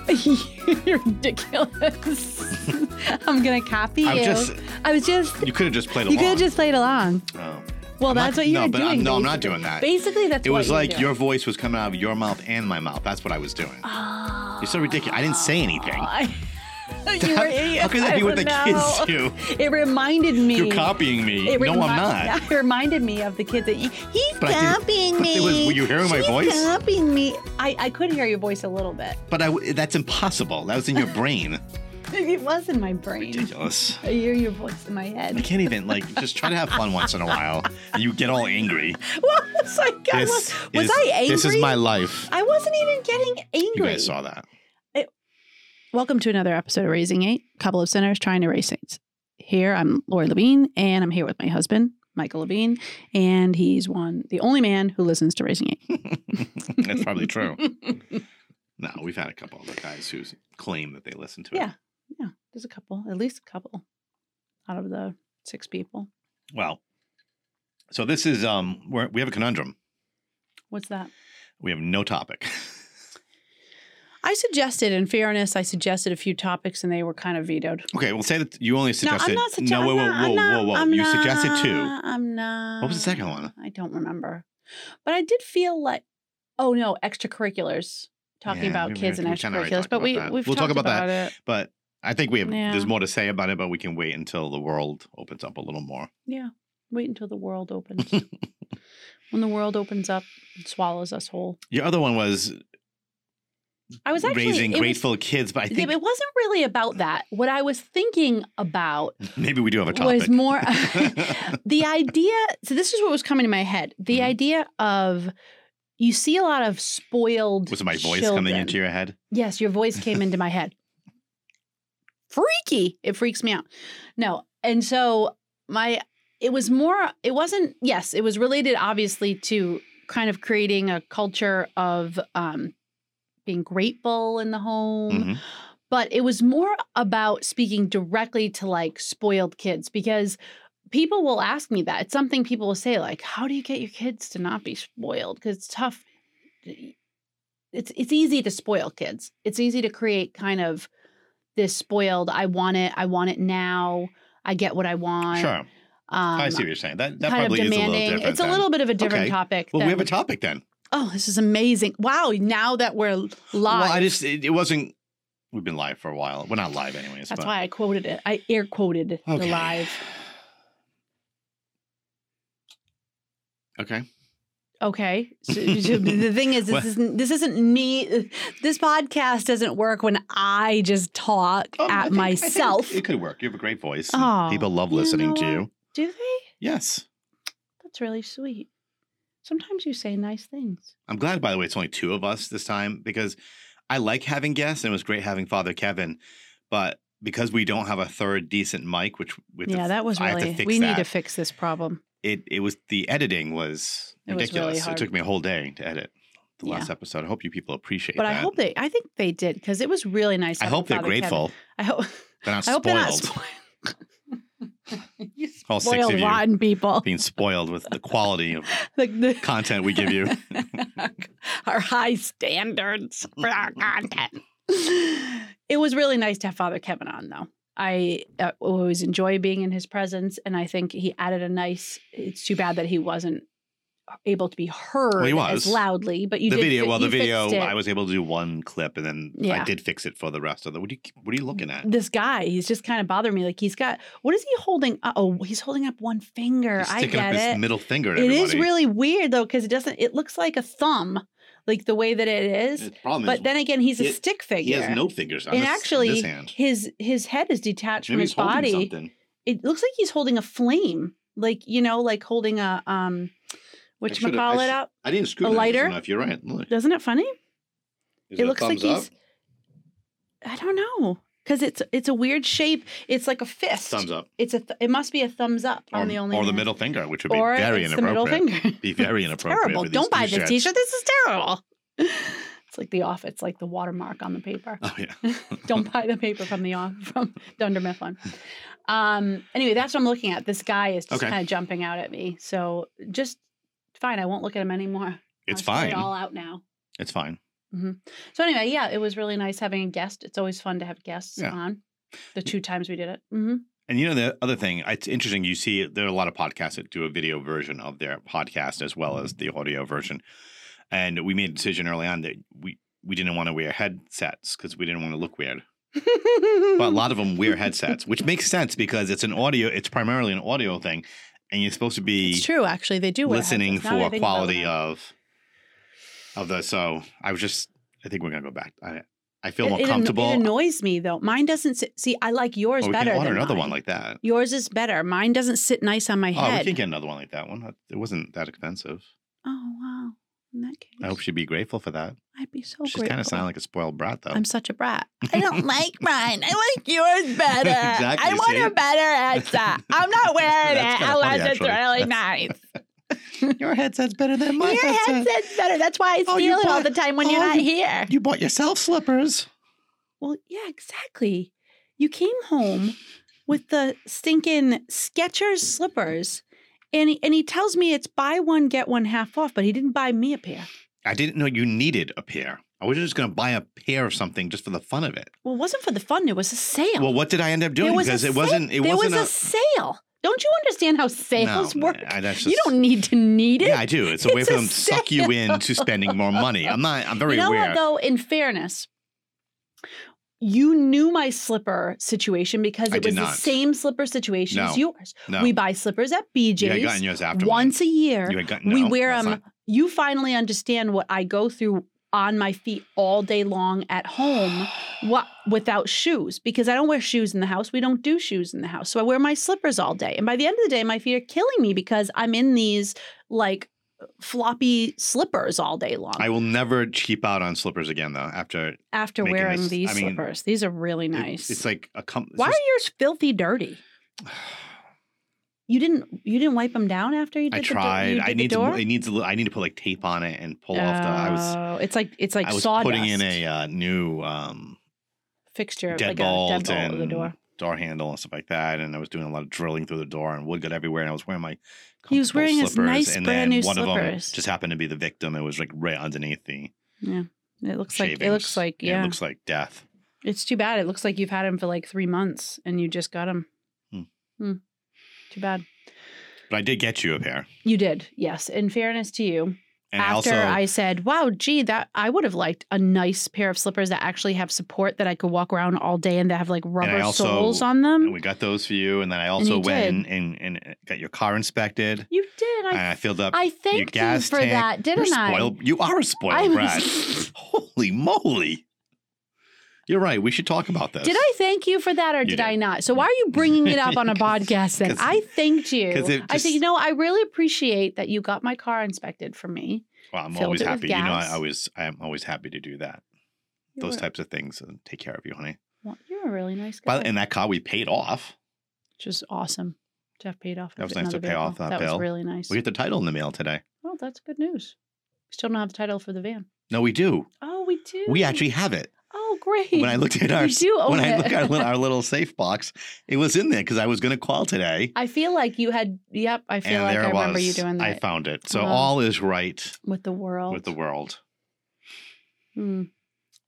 Speaker 2: [laughs] You're ridiculous. [laughs] I'm going to copy
Speaker 1: I'm
Speaker 2: you.
Speaker 1: just
Speaker 2: I was just.
Speaker 1: you could have just played
Speaker 2: You
Speaker 1: along.
Speaker 2: could have just played along.
Speaker 1: Oh.
Speaker 2: Well,
Speaker 1: I'm not-
Speaker 2: that's what you
Speaker 1: no,
Speaker 2: were
Speaker 1: but
Speaker 2: doing.
Speaker 1: I'm, no, I'm not
Speaker 2: basically.
Speaker 1: doing that.
Speaker 2: Basically, that's
Speaker 1: It
Speaker 2: what
Speaker 1: was
Speaker 2: you were
Speaker 1: like
Speaker 2: doing. [gasps]
Speaker 1: your voice was coming out of your mouth and my mouth. That's what I was doing. You're so ridiculous. I didn't say anything.
Speaker 2: I- you Ah. were
Speaker 1: [laughs]
Speaker 2: idiots.
Speaker 1: How could that
Speaker 2: I
Speaker 1: be what the
Speaker 2: don't
Speaker 1: kids
Speaker 2: know.
Speaker 1: do?
Speaker 2: It reminded me.
Speaker 1: You're copying me.
Speaker 2: It
Speaker 1: no,
Speaker 2: remi-
Speaker 1: I'm not.
Speaker 2: [laughs] It reminded me of the kid that you, he's
Speaker 1: But I didn't-
Speaker 2: copying
Speaker 1: but
Speaker 2: me.
Speaker 1: there was- were you hearing my
Speaker 2: She's
Speaker 1: voice?
Speaker 2: Copying me. I, I could hear your voice a little bit. [laughs]
Speaker 1: But I w- that's impossible. That was in your brain. [laughs]
Speaker 2: It was in my brain.
Speaker 1: Ridiculous.
Speaker 2: I hear your voice in my
Speaker 1: I
Speaker 2: head. [laughs]
Speaker 1: can't even like just try to have fun once in a while. and You get all angry.
Speaker 2: [laughs] Well, it's like, I was, was
Speaker 1: is-
Speaker 2: I angry?
Speaker 1: This is my life.
Speaker 2: I wasn't even getting angry.
Speaker 1: You guys saw that. [laughs]
Speaker 2: It- Welcome to another episode of Raising Eight, couple of sinners trying to raise saints. Here I'm Lori Levine, and I'm here with my husband, Michael Levine, and he's one the only man who listens to Raising Eight.
Speaker 1: That's probably
Speaker 2: [laughs]
Speaker 1: true. No, we've had a couple of the guys who claim that they listen to it.
Speaker 2: Yeah. yeah, there's a couple, at least a couple, out of the six people.
Speaker 1: Well, so this is um we're, we have a conundrum.
Speaker 2: What's that?
Speaker 1: We have no topic. [laughs]
Speaker 2: I suggested, in fairness, I suggested a few topics, and they were kind of vetoed.
Speaker 1: okay, well say that you only suggested
Speaker 2: no, I'm not suggesting.
Speaker 1: no whoa whoa whoa whoa whoa you suggested two.
Speaker 2: I'm not.
Speaker 1: What was the second one?
Speaker 2: I don't remember, but I did feel like, oh no, extracurriculars. Talking
Speaker 1: Yeah,
Speaker 2: about
Speaker 1: we- we-
Speaker 2: kids and
Speaker 1: we kinda already
Speaker 2: extracurriculars,
Speaker 1: talked
Speaker 2: but
Speaker 1: about
Speaker 2: we
Speaker 1: that.
Speaker 2: we've
Speaker 1: We'll talk
Speaker 2: talked
Speaker 1: about that.
Speaker 2: it.
Speaker 1: But I think we have
Speaker 2: Yeah.
Speaker 1: there's more to say about it, but we can wait until the world opens up a little more. [laughs]
Speaker 2: Yeah, wait until the world opens. when the world opens up, and swallows us whole.
Speaker 1: Your other one was
Speaker 2: I was actually
Speaker 1: raising
Speaker 2: it was-
Speaker 1: grateful kids, but I
Speaker 2: Yeah,
Speaker 1: think
Speaker 2: but it wasn't really about that. What I was thinking about
Speaker 1: maybe we do have a topic. [laughs]
Speaker 2: was more [laughs] the idea. So this is what was coming to my head: the
Speaker 1: Mhm.
Speaker 2: idea of you see a lot of spoiled.
Speaker 1: was my voice coming
Speaker 2: children.
Speaker 1: into your head?
Speaker 2: Yes, your voice came into my head. Freaky. It freaks me out. No. And so my it was more it wasn't yes, it was related obviously to kind of creating a culture of um being grateful in the home,
Speaker 1: Mhm.
Speaker 2: but it was more about speaking directly to like spoiled kids because people will ask me that. It's something people will say like, "How do you get your kids to not be spoiled?" Cuz it's tough. It's it's easy to spoil kids. It's easy to create kind of this spoiled, I want it, I want it now. I get what I want.
Speaker 1: Sure,
Speaker 2: Um,
Speaker 1: I see what you're saying. That that
Speaker 2: kind of
Speaker 1: probably is a little
Speaker 2: demanding.
Speaker 1: different.
Speaker 2: it's a
Speaker 1: then.
Speaker 2: little bit of a different
Speaker 1: Okay.
Speaker 2: topic.
Speaker 1: Well, we
Speaker 2: than-
Speaker 1: have a topic then.
Speaker 2: oh, this is amazing! Wow, now that we're live,
Speaker 1: Well, I just it, it wasn't. We've been live for a while. We're not live, anyways.
Speaker 2: that's
Speaker 1: but-
Speaker 2: why I quoted it. I air quoted the
Speaker 1: Okay.
Speaker 2: live.
Speaker 1: Okay.
Speaker 2: Okay.
Speaker 1: [laughs]
Speaker 2: So, so the thing is,
Speaker 1: Well-
Speaker 2: this isn't this isn't me. This podcast doesn't work when I just talk
Speaker 1: Um, I
Speaker 2: at
Speaker 1: think- I think
Speaker 2: myself.
Speaker 1: it could work. You have a great voice. and
Speaker 2: Aw,
Speaker 1: People love
Speaker 2: you
Speaker 1: listening
Speaker 2: know
Speaker 1: to
Speaker 2: what?
Speaker 1: you.
Speaker 2: Do they?
Speaker 1: Yes.
Speaker 2: That's really sweet. Sometimes you say nice things.
Speaker 1: I'm glad, by the way, it's only two of us this time because I like having guests and it was great having Father Kevin. But because we don't have a third decent mic, which with the,
Speaker 2: yeah, that was
Speaker 1: I have to
Speaker 2: really.
Speaker 1: fix
Speaker 2: We need to
Speaker 1: that.
Speaker 2: fix this problem.
Speaker 1: it, it was the editing was
Speaker 2: It was really
Speaker 1: ridiculous.
Speaker 2: hard.
Speaker 1: it took me a whole day to edit the
Speaker 2: Yeah.
Speaker 1: last episode. I hope you people appreciate
Speaker 2: But
Speaker 1: that.
Speaker 2: I hope they. I think they did because it was really nice.
Speaker 1: I
Speaker 2: having
Speaker 1: hope they're
Speaker 2: Father Kevin.
Speaker 1: grateful.
Speaker 2: I hope.
Speaker 1: They're not
Speaker 2: I hope they're not
Speaker 1: spoiled.
Speaker 2: spoiled. [laughs] you
Speaker 1: All six
Speaker 2: spoiled
Speaker 1: of you.
Speaker 2: rotten people.
Speaker 1: being spoiled with the quality of
Speaker 2: Like the,
Speaker 1: [laughs] content we give you.
Speaker 2: [laughs] our high standards
Speaker 1: [laughs]
Speaker 2: for our content. It was really nice to have Father Kevin on, though. I uh, always enjoy being in his presence, and I think he added a nice. It's too bad that he wasn't able to be heard
Speaker 1: he
Speaker 2: as
Speaker 1: was.
Speaker 2: loudly, but [laughs] you
Speaker 1: the
Speaker 2: did
Speaker 1: video,
Speaker 2: fi-
Speaker 1: well, the
Speaker 2: you fixed
Speaker 1: video,
Speaker 2: it.
Speaker 1: I was able to do one clip, and then
Speaker 2: Yeah.
Speaker 1: I did fix it for the rest of the. What are you, what are you looking at?
Speaker 2: This guy, he's just kind of bothering me. Like he's got what is he holding? Uh oh, he's holding up one finger.
Speaker 1: He's
Speaker 2: I
Speaker 1: sticking
Speaker 2: get
Speaker 1: up his
Speaker 2: it.
Speaker 1: middle finger. At
Speaker 2: It
Speaker 1: everybody.
Speaker 2: is really weird though, because it doesn't. It looks like a thumb, like the way that it
Speaker 1: The
Speaker 2: is.
Speaker 1: problem is
Speaker 2: But then again, he's a
Speaker 1: he-
Speaker 2: stick figure.
Speaker 1: he has no fingers. On
Speaker 2: and
Speaker 1: his,
Speaker 2: actually,
Speaker 1: this hand.
Speaker 2: his his head is detached
Speaker 1: Maybe
Speaker 2: from
Speaker 1: he's
Speaker 2: his
Speaker 1: holding
Speaker 2: body.
Speaker 1: something.
Speaker 2: It looks like he's holding a flame, like you know, like holding a um, which
Speaker 1: should've- I
Speaker 2: call it
Speaker 1: should-
Speaker 2: up.
Speaker 1: I didn't screw
Speaker 2: lighter?
Speaker 1: enough. You're right. Look,
Speaker 2: Doesn't it funny?
Speaker 1: Is
Speaker 2: it
Speaker 1: a
Speaker 2: looks like
Speaker 1: thumbs
Speaker 2: he's.
Speaker 1: up?
Speaker 2: I don't know, because it's it's a weird shape. It's like a fist.
Speaker 1: thumbs up,
Speaker 2: It's a. Th- it must be a thumbs up.
Speaker 1: or,
Speaker 2: I'm the only.
Speaker 1: Um, or the
Speaker 2: hand.
Speaker 1: middle finger, which would be
Speaker 2: or
Speaker 1: very
Speaker 2: it's the middle
Speaker 1: inappropriate.
Speaker 2: finger.
Speaker 1: Be very inappropriate.
Speaker 2: terrible.
Speaker 1: with
Speaker 2: Don't
Speaker 1: these
Speaker 2: buy this
Speaker 1: t-shirts.
Speaker 2: T-shirt. This is terrible. [laughs] It's like the off. It's like the watermark on the paper.
Speaker 1: Oh yeah.
Speaker 2: [laughs] Don't buy the paper from the off from Dunder Mifflin. Um. Anyway, that's what I'm looking at. This guy is just
Speaker 1: Okay.
Speaker 2: kind of jumping out at me. So just fine. I won't look at him anymore.
Speaker 1: [laughs] It's
Speaker 2: I'll
Speaker 1: fine.
Speaker 2: spit It all out now.
Speaker 1: It's fine.
Speaker 2: So anyway, yeah, it was really nice having a guest. It's always fun to have guests
Speaker 1: Yeah.
Speaker 2: on. The two times we did it. hmm
Speaker 1: And you know the other thing, it's interesting. You see, there are a lot of podcasts that do a video version of their podcast as well as the audio version. And we made a decision early on that we we didn't want to wear headsets because we didn't want to look weird. But a lot of them wear headsets, which makes sense because it's an audio. It's primarily an audio thing, and you're supposed to be
Speaker 2: it's true. Actually, they do wear
Speaker 1: listening
Speaker 2: headsets. Now that I
Speaker 1: for
Speaker 2: think about
Speaker 1: quality uh,
Speaker 2: it.
Speaker 1: of of the. So I was just. I think we're gonna go back. I I feel
Speaker 2: It-
Speaker 1: more
Speaker 2: it, anno-
Speaker 1: comfortable.
Speaker 2: It, annoys me though. Mine doesn't sit, see. I like yours
Speaker 1: Oh, we
Speaker 2: better.
Speaker 1: can order
Speaker 2: than
Speaker 1: another one
Speaker 2: mine.
Speaker 1: like that.
Speaker 2: yours is better. Mine doesn't sit nice on my
Speaker 1: Oh, we
Speaker 2: head.
Speaker 1: can get another one like that one. It wasn't that expensive.
Speaker 2: oh wow! In that case,
Speaker 1: I hope she'd be grateful for that.
Speaker 2: I be so
Speaker 1: She's
Speaker 2: grateful.
Speaker 1: kind of sounding like a spoiled brat, though.
Speaker 2: I'm such a
Speaker 1: [laughs]
Speaker 2: brat.
Speaker 3: I don't like mine. I like yours better.
Speaker 1: Exactly,
Speaker 3: I want
Speaker 1: see?
Speaker 3: a better
Speaker 1: [laughs]
Speaker 3: headset. I'm not wearing
Speaker 1: That's
Speaker 3: it
Speaker 1: kinda funny,
Speaker 3: unless it's
Speaker 1: actually.
Speaker 3: really nice.
Speaker 1: [laughs] Your headset's better than
Speaker 2: [laughs]
Speaker 3: Your
Speaker 1: mine.
Speaker 3: headset's better. That's why I steal
Speaker 1: Oh, you
Speaker 3: it all
Speaker 1: bought-
Speaker 3: the time when you're
Speaker 1: oh,
Speaker 3: not
Speaker 1: you- [laughs]
Speaker 3: here.
Speaker 1: You bought yourself slippers.
Speaker 2: Well, yeah, exactly. You came home with the stinking Skechers slippers, and he, and he tells me it's buy one get one half off, but he didn't buy me a pair.
Speaker 1: I didn't know you needed a pair. I was just going to buy a pair of something just for the fun of it.
Speaker 2: Well, it wasn't for the fun; it was a sale.
Speaker 1: Well, what did I end up doing?
Speaker 3: There was a
Speaker 1: Because it
Speaker 3: sa-
Speaker 1: wasn't. It
Speaker 3: there was
Speaker 1: wasn't
Speaker 3: a, sale.
Speaker 2: don't you understand how sales
Speaker 1: no,
Speaker 2: work?
Speaker 1: I- that's
Speaker 2: you
Speaker 1: just-
Speaker 2: don't need to need it.
Speaker 1: Yeah, I do. It's a way
Speaker 2: It's
Speaker 1: for
Speaker 2: a
Speaker 1: them to suck you into spending more money. I'm not. I'm very
Speaker 2: you know
Speaker 1: aware.
Speaker 2: what, though? In fairness, you knew my slipper situation because
Speaker 1: I
Speaker 2: it
Speaker 1: did
Speaker 2: was the
Speaker 1: not.
Speaker 2: same slipper situation
Speaker 1: No.
Speaker 2: as yours.
Speaker 1: no,
Speaker 2: We buy slippers at BJ's
Speaker 1: you had gotten yours after
Speaker 2: once a
Speaker 1: mine.
Speaker 2: year.
Speaker 1: You had gotten,
Speaker 2: we
Speaker 1: no,
Speaker 2: wear
Speaker 1: that's
Speaker 2: them.
Speaker 1: not-
Speaker 2: You finally understand what I go through on my feet all day long at
Speaker 1: [sighs]
Speaker 2: home what without shoes because I don't wear shoes in the house. We don't do shoes in the house. So I wear my slippers all day. And by the end of the day, my feet are killing me because I'm in these like floppy slippers all day long
Speaker 1: I will never cheap out on slippers again, though. After it-
Speaker 2: after
Speaker 1: making
Speaker 2: wearing
Speaker 1: this-
Speaker 2: these
Speaker 1: I mean,
Speaker 2: slippers. These are really nice.
Speaker 1: it's like a com- it's
Speaker 2: Why
Speaker 1: just-
Speaker 2: are yours filthy
Speaker 1: [sighs]
Speaker 2: dirty? You didn't you didn't wipe them down after you did
Speaker 1: I
Speaker 2: the door?
Speaker 1: tried.
Speaker 2: you
Speaker 1: I
Speaker 2: did
Speaker 1: need
Speaker 2: the
Speaker 1: to.
Speaker 2: door?
Speaker 1: It needs. a little- I need to put like tape on it and pull off the. I was.
Speaker 2: Oh, it's like it's like
Speaker 1: I was
Speaker 2: sawdust.
Speaker 1: putting in a uh, new um,
Speaker 2: fixture, like a
Speaker 1: deadbolt
Speaker 2: deadbolt of the
Speaker 1: and
Speaker 2: door.
Speaker 1: door handle and stuff like that, and I was doing a lot of drilling through the door, and wood got everywhere, and I was wearing my.
Speaker 2: He was
Speaker 1: comfortable
Speaker 2: wearing his
Speaker 1: slippers,
Speaker 2: nice
Speaker 1: and
Speaker 2: brand
Speaker 1: then
Speaker 2: new
Speaker 1: one of them
Speaker 2: slippers.
Speaker 1: just happened to be the victim. It was like right underneath the.
Speaker 2: It looks like it
Speaker 1: shavings.
Speaker 2: looks like yeah.
Speaker 1: It looks like death.
Speaker 2: it's too bad. It looks like you've had him for like three months and you just got him.
Speaker 1: Hmm.
Speaker 2: Hmm. Too bad.
Speaker 1: But I did get you a pair.
Speaker 2: You did, yes. In fairness to you,
Speaker 1: And I
Speaker 2: after
Speaker 1: also
Speaker 2: I said, "Wow, gee, that I would have liked a nice pair of slippers that actually have support that I could walk around all day and that have like rubber
Speaker 1: also-
Speaker 2: soles on them."
Speaker 1: and we got those for you, and then I
Speaker 2: you
Speaker 1: also went
Speaker 2: did.
Speaker 1: and, and, and got your car inspected,
Speaker 2: you did.
Speaker 1: and
Speaker 2: I
Speaker 1: I filled up.
Speaker 2: I thanked you
Speaker 1: gas
Speaker 2: for
Speaker 1: tank-
Speaker 2: that,
Speaker 1: You're
Speaker 2: didn't I?
Speaker 1: spoiled. You are a spoiled
Speaker 2: I'm-
Speaker 1: brat.
Speaker 2: [laughs]
Speaker 1: Holy moly! You're right. We should talk about this.
Speaker 2: Did I thank you for that or
Speaker 1: You
Speaker 2: did,
Speaker 1: did.
Speaker 2: I not? So why are you bringing it up
Speaker 1: [laughs]
Speaker 2: on a
Speaker 1: 'Cause-
Speaker 2: podcast then?
Speaker 1: 'cause-
Speaker 2: I thanked you.
Speaker 1: 'cause it
Speaker 2: I said,
Speaker 1: just-
Speaker 2: you know, I really appreciate that you got my car inspected for me.
Speaker 1: Well, I'm
Speaker 2: Filled
Speaker 1: always
Speaker 2: it with
Speaker 1: happy. You know, I
Speaker 2: gas.
Speaker 1: always I'm always happy to do that.
Speaker 2: You
Speaker 1: Those
Speaker 2: were-
Speaker 1: types of things and take care of you, honey.
Speaker 2: well, You're a really nice guy,
Speaker 1: But in that car, we paid off.
Speaker 2: which is awesome. To have paid off.
Speaker 1: That
Speaker 2: of
Speaker 1: was nice to
Speaker 2: another
Speaker 1: pay off
Speaker 2: vehicle.
Speaker 1: that
Speaker 2: That
Speaker 1: bill.
Speaker 2: was really nice.
Speaker 1: We get the title in the mail today.
Speaker 2: Oh, that's good news. We still don't have the title for the van.
Speaker 1: No, we do.
Speaker 2: Oh, we do.
Speaker 1: We actually have
Speaker 2: [laughs]
Speaker 1: it.
Speaker 2: Oh, great.
Speaker 1: when I looked at our
Speaker 2: You do own
Speaker 1: when I
Speaker 2: it.
Speaker 1: look at our,
Speaker 2: [laughs]
Speaker 1: little- our little safe box, it was in there because I was going to call today,
Speaker 2: I feel like you had. Yep. I feel
Speaker 1: and
Speaker 2: like
Speaker 1: there
Speaker 2: I
Speaker 1: it
Speaker 2: remember you
Speaker 1: was.
Speaker 2: doing
Speaker 1: I
Speaker 2: that Uh-huh.
Speaker 1: found it, so
Speaker 2: Wow.
Speaker 1: all is right
Speaker 2: with the world.
Speaker 1: with the world.
Speaker 2: Hmm.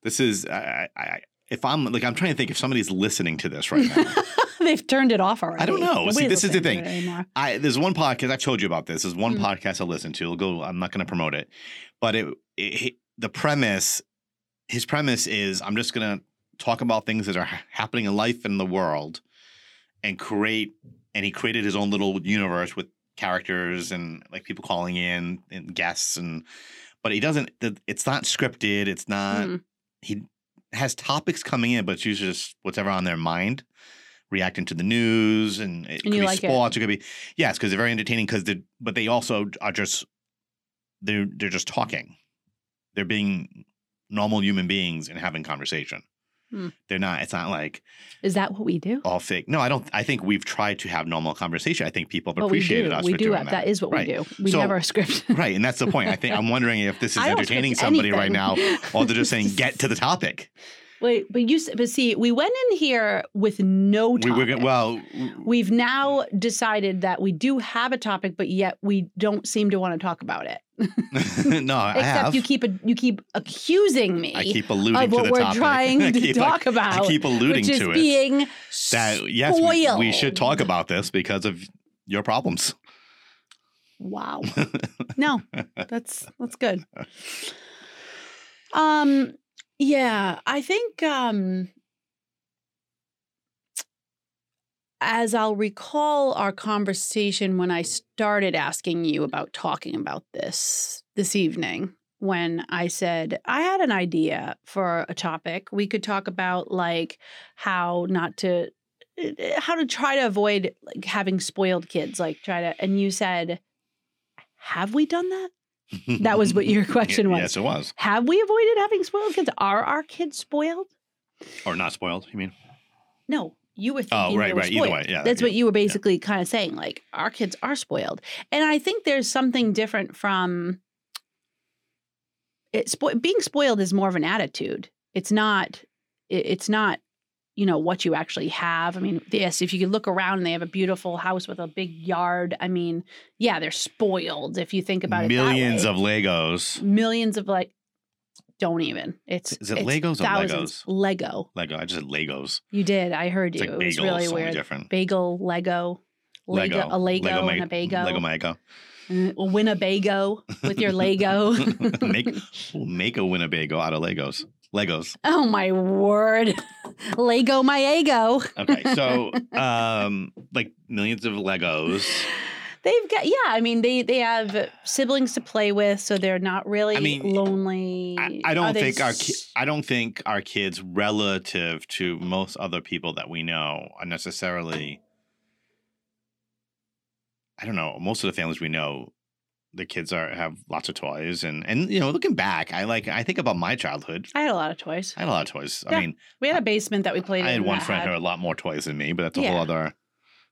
Speaker 1: This is I, I, I, if I'm like I'm trying to think if somebody's listening to this right now.
Speaker 2: [laughs] They've turned it off already.
Speaker 1: I don't know. See,
Speaker 2: Nobody's
Speaker 1: this is the
Speaker 2: listening to it anymore.
Speaker 1: I there's one podcast I've told you about this. There's one
Speaker 2: Mm.
Speaker 1: podcast I listen to. It'll go. I'm not going to promote it, but it, it the premise his premise is I'm just going to talk about things that are ha- happening in life and the world, and create and he created his own little universe with characters and like people calling in and guests and but he doesn't the- it's not scripted it's not
Speaker 2: Mm.
Speaker 1: he has topics coming in, but it's usually just whatever on their mind, reacting to the news, and it
Speaker 2: And
Speaker 1: could
Speaker 2: you
Speaker 1: be
Speaker 2: like it.
Speaker 1: sports. It. could be yes, because they're very entertaining. Because they but they also are just they're they're just talking. They're being normal human beings and having conversation.
Speaker 2: Hmm.
Speaker 1: They're not. It's not like
Speaker 2: Is that what we do?
Speaker 1: all fake. No, I don't. I think we've tried to have normal conversation. I think people have
Speaker 2: But
Speaker 1: appreciated
Speaker 2: we do.
Speaker 1: us
Speaker 2: we
Speaker 1: for
Speaker 2: do
Speaker 1: doing
Speaker 2: have-
Speaker 1: that.
Speaker 2: That is what
Speaker 1: Right.
Speaker 2: we do. We
Speaker 1: So-
Speaker 2: never script. [laughs]
Speaker 1: Right, and that's the point. I think I'm wondering if this is
Speaker 2: I don't
Speaker 1: entertaining
Speaker 2: script
Speaker 1: somebody right now,
Speaker 2: anything.
Speaker 1: or they're just saying get to the
Speaker 2: [laughs]
Speaker 1: topic.
Speaker 2: Wait, but you. s- But see, we went in here with no.
Speaker 1: We
Speaker 2: Topic.
Speaker 1: were g- well.
Speaker 2: We've now decided that we do have a topic, but yet we don't seem to want to talk about it.
Speaker 1: [laughs] no, I
Speaker 2: Except
Speaker 1: have.
Speaker 2: you keep a, you keep accusing me
Speaker 1: I keep alluding
Speaker 2: of
Speaker 1: to
Speaker 2: what
Speaker 1: the
Speaker 2: we're
Speaker 1: topic. [laughs]
Speaker 2: trying
Speaker 1: I
Speaker 2: to
Speaker 1: keep,
Speaker 2: talk about,
Speaker 1: I keep alluding
Speaker 2: which is
Speaker 1: to it.
Speaker 2: being
Speaker 1: That yes, we, we should
Speaker 2: spoiled.
Speaker 1: talk about this because of your problems.
Speaker 2: Wow. No, that's that's good. Um yeah, I think um as I'll recall our conversation when I started asking you about talking about this this evening when I said I had an idea for a topic we could talk about like how not to eh, how to try to avoid like having spoiled kids like try to and you said have we done that? That was what
Speaker 1: [laughs]
Speaker 2: your question was.
Speaker 1: Yes, it was.
Speaker 2: Have we avoided having spoiled kids? Are our kids spoiled?
Speaker 1: Or not spoiled, you mean?
Speaker 2: No, you were thinking.
Speaker 1: Oh,
Speaker 2: they
Speaker 1: right,
Speaker 2: were
Speaker 1: right. Either way.
Speaker 2: spoiled.
Speaker 1: Yeah.
Speaker 2: That's
Speaker 1: yeah.
Speaker 2: what you were basically kind of saying. Like, our kids are spoiled. And I think there's something different from it. Spo- being spoiled is more of an attitude. It's not, it- it's not, you know, what you actually have. I mean, yes, if you could look around and they have a beautiful house with a big yard, I mean, yeah, they're spoiled if you think about
Speaker 1: Millions
Speaker 2: it. that way.
Speaker 1: of Legos.
Speaker 2: millions of like, don't even. It's
Speaker 1: Is it
Speaker 2: it's
Speaker 1: Legos or Legos?
Speaker 2: thousands. Lego.
Speaker 1: Lego. I just said Legos.
Speaker 2: You did. I heard
Speaker 1: It's
Speaker 2: you.
Speaker 1: like
Speaker 2: it was
Speaker 1: bagels.
Speaker 2: really
Speaker 1: so many
Speaker 2: weird
Speaker 1: different.
Speaker 2: bagel, Lego, Lego, a Lego, and a bago,
Speaker 1: Lego
Speaker 2: [laughs]
Speaker 1: Mego.
Speaker 2: Mm, a Winnebago with your Lego.
Speaker 1: [laughs]
Speaker 2: [laughs]
Speaker 1: make ooh, make a Winnebago out of Legos. Legos.
Speaker 2: oh my word, Lego my ego.
Speaker 1: Okay,
Speaker 2: [laughs]
Speaker 1: so um, like millions of Legos.
Speaker 2: They've got yeah. I mean they they have siblings to play with, so they're not really
Speaker 1: I mean,
Speaker 2: lonely.
Speaker 1: I, I
Speaker 2: Are
Speaker 1: don't
Speaker 2: they
Speaker 1: think our ki-
Speaker 2: s-
Speaker 1: I don't think our kids, relative to most other people that we know, are necessarily. I don't know. Most of the families we know, the kids are have lots of toys, and and you know, looking back, I like I think about my childhood.
Speaker 2: I had a lot of toys.
Speaker 1: I had a lot of toys.
Speaker 2: Yeah,
Speaker 1: I mean,
Speaker 2: We had a basement that we played.
Speaker 1: I
Speaker 2: in
Speaker 1: had one
Speaker 2: that
Speaker 1: friend who had a lot more toys than me, but that's a whole
Speaker 2: Yeah.
Speaker 1: other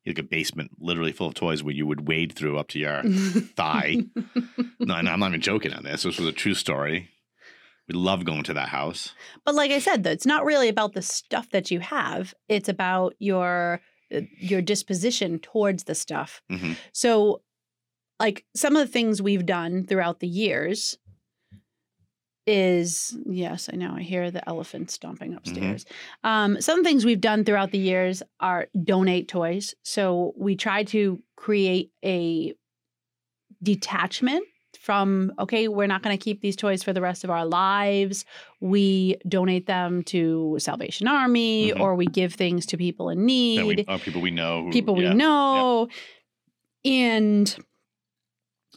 Speaker 1: like a basement literally full of toys where you would wade through up to your
Speaker 2: [laughs]
Speaker 1: thigh. no, no, I'm not even joking on this. This was a true story. We love going to that house.
Speaker 2: But like I said, though, it's not really about the stuff that you have. It's about your uh, your disposition towards the stuff.
Speaker 1: Mhm.
Speaker 2: So, like some of the things we've done throughout the years is yes, I know I hear the elephant stomping upstairs. Um, some things we've done throughout the years are donate toys. So we try to create a detachment from okay, we're not going to keep these toys for the rest of our lives we donate them to Salvation Army
Speaker 1: Mhm.
Speaker 2: or we give things to people in
Speaker 1: That we,
Speaker 2: need,
Speaker 1: or people we know. Who,
Speaker 2: people
Speaker 1: yeah.
Speaker 2: we know. And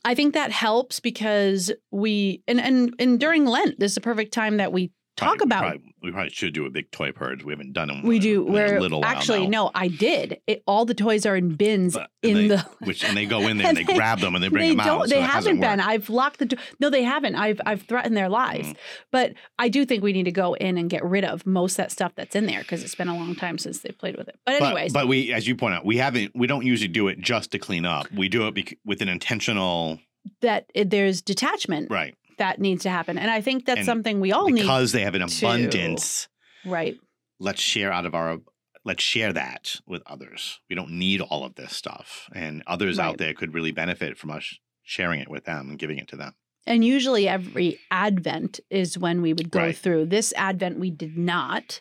Speaker 2: I think that helps because we and, and and during Lent, this is a perfect time that we talk
Speaker 1: Probably-
Speaker 2: about
Speaker 1: probably- we probably should do a big toy purge. We haven't done them.
Speaker 2: we do
Speaker 1: in
Speaker 2: where
Speaker 1: a Mm-hmm. little while
Speaker 2: actually
Speaker 1: now.
Speaker 2: no, I did. It, all the toys are in bins
Speaker 1: But-
Speaker 2: in
Speaker 1: and they,
Speaker 2: the
Speaker 1: which and they go
Speaker 2: [laughs]
Speaker 1: in there and
Speaker 2: and
Speaker 1: they,
Speaker 2: they-
Speaker 1: grab them and they bring them out. so
Speaker 2: they
Speaker 1: it doesn't
Speaker 2: haven't been.
Speaker 1: work.
Speaker 2: I've locked the door. No, they haven't. I've I've threatened their lives.
Speaker 1: Mhm.
Speaker 2: But I do think we need to go in and get rid of most of that stuff that's in there because it's been a long time since they played with it. But
Speaker 1: But-
Speaker 2: anyways,
Speaker 1: but, we, as you point out, we haven't. We don't usually do it just to clean up. We do it bec- with an intentional
Speaker 2: that it, there's detachment
Speaker 1: right
Speaker 2: that needs to happen, and I think that's
Speaker 1: And
Speaker 2: something we all need.
Speaker 1: because they have an
Speaker 2: to-
Speaker 1: abundance.
Speaker 2: Right.
Speaker 1: let's share out of our let's share that with others we don't need all of this stuff and others
Speaker 2: Right.
Speaker 1: out there could really benefit from us sharing it with them and giving it to them
Speaker 2: And usually every Advent is when we would go
Speaker 1: Right.
Speaker 2: through. This Advent we did not.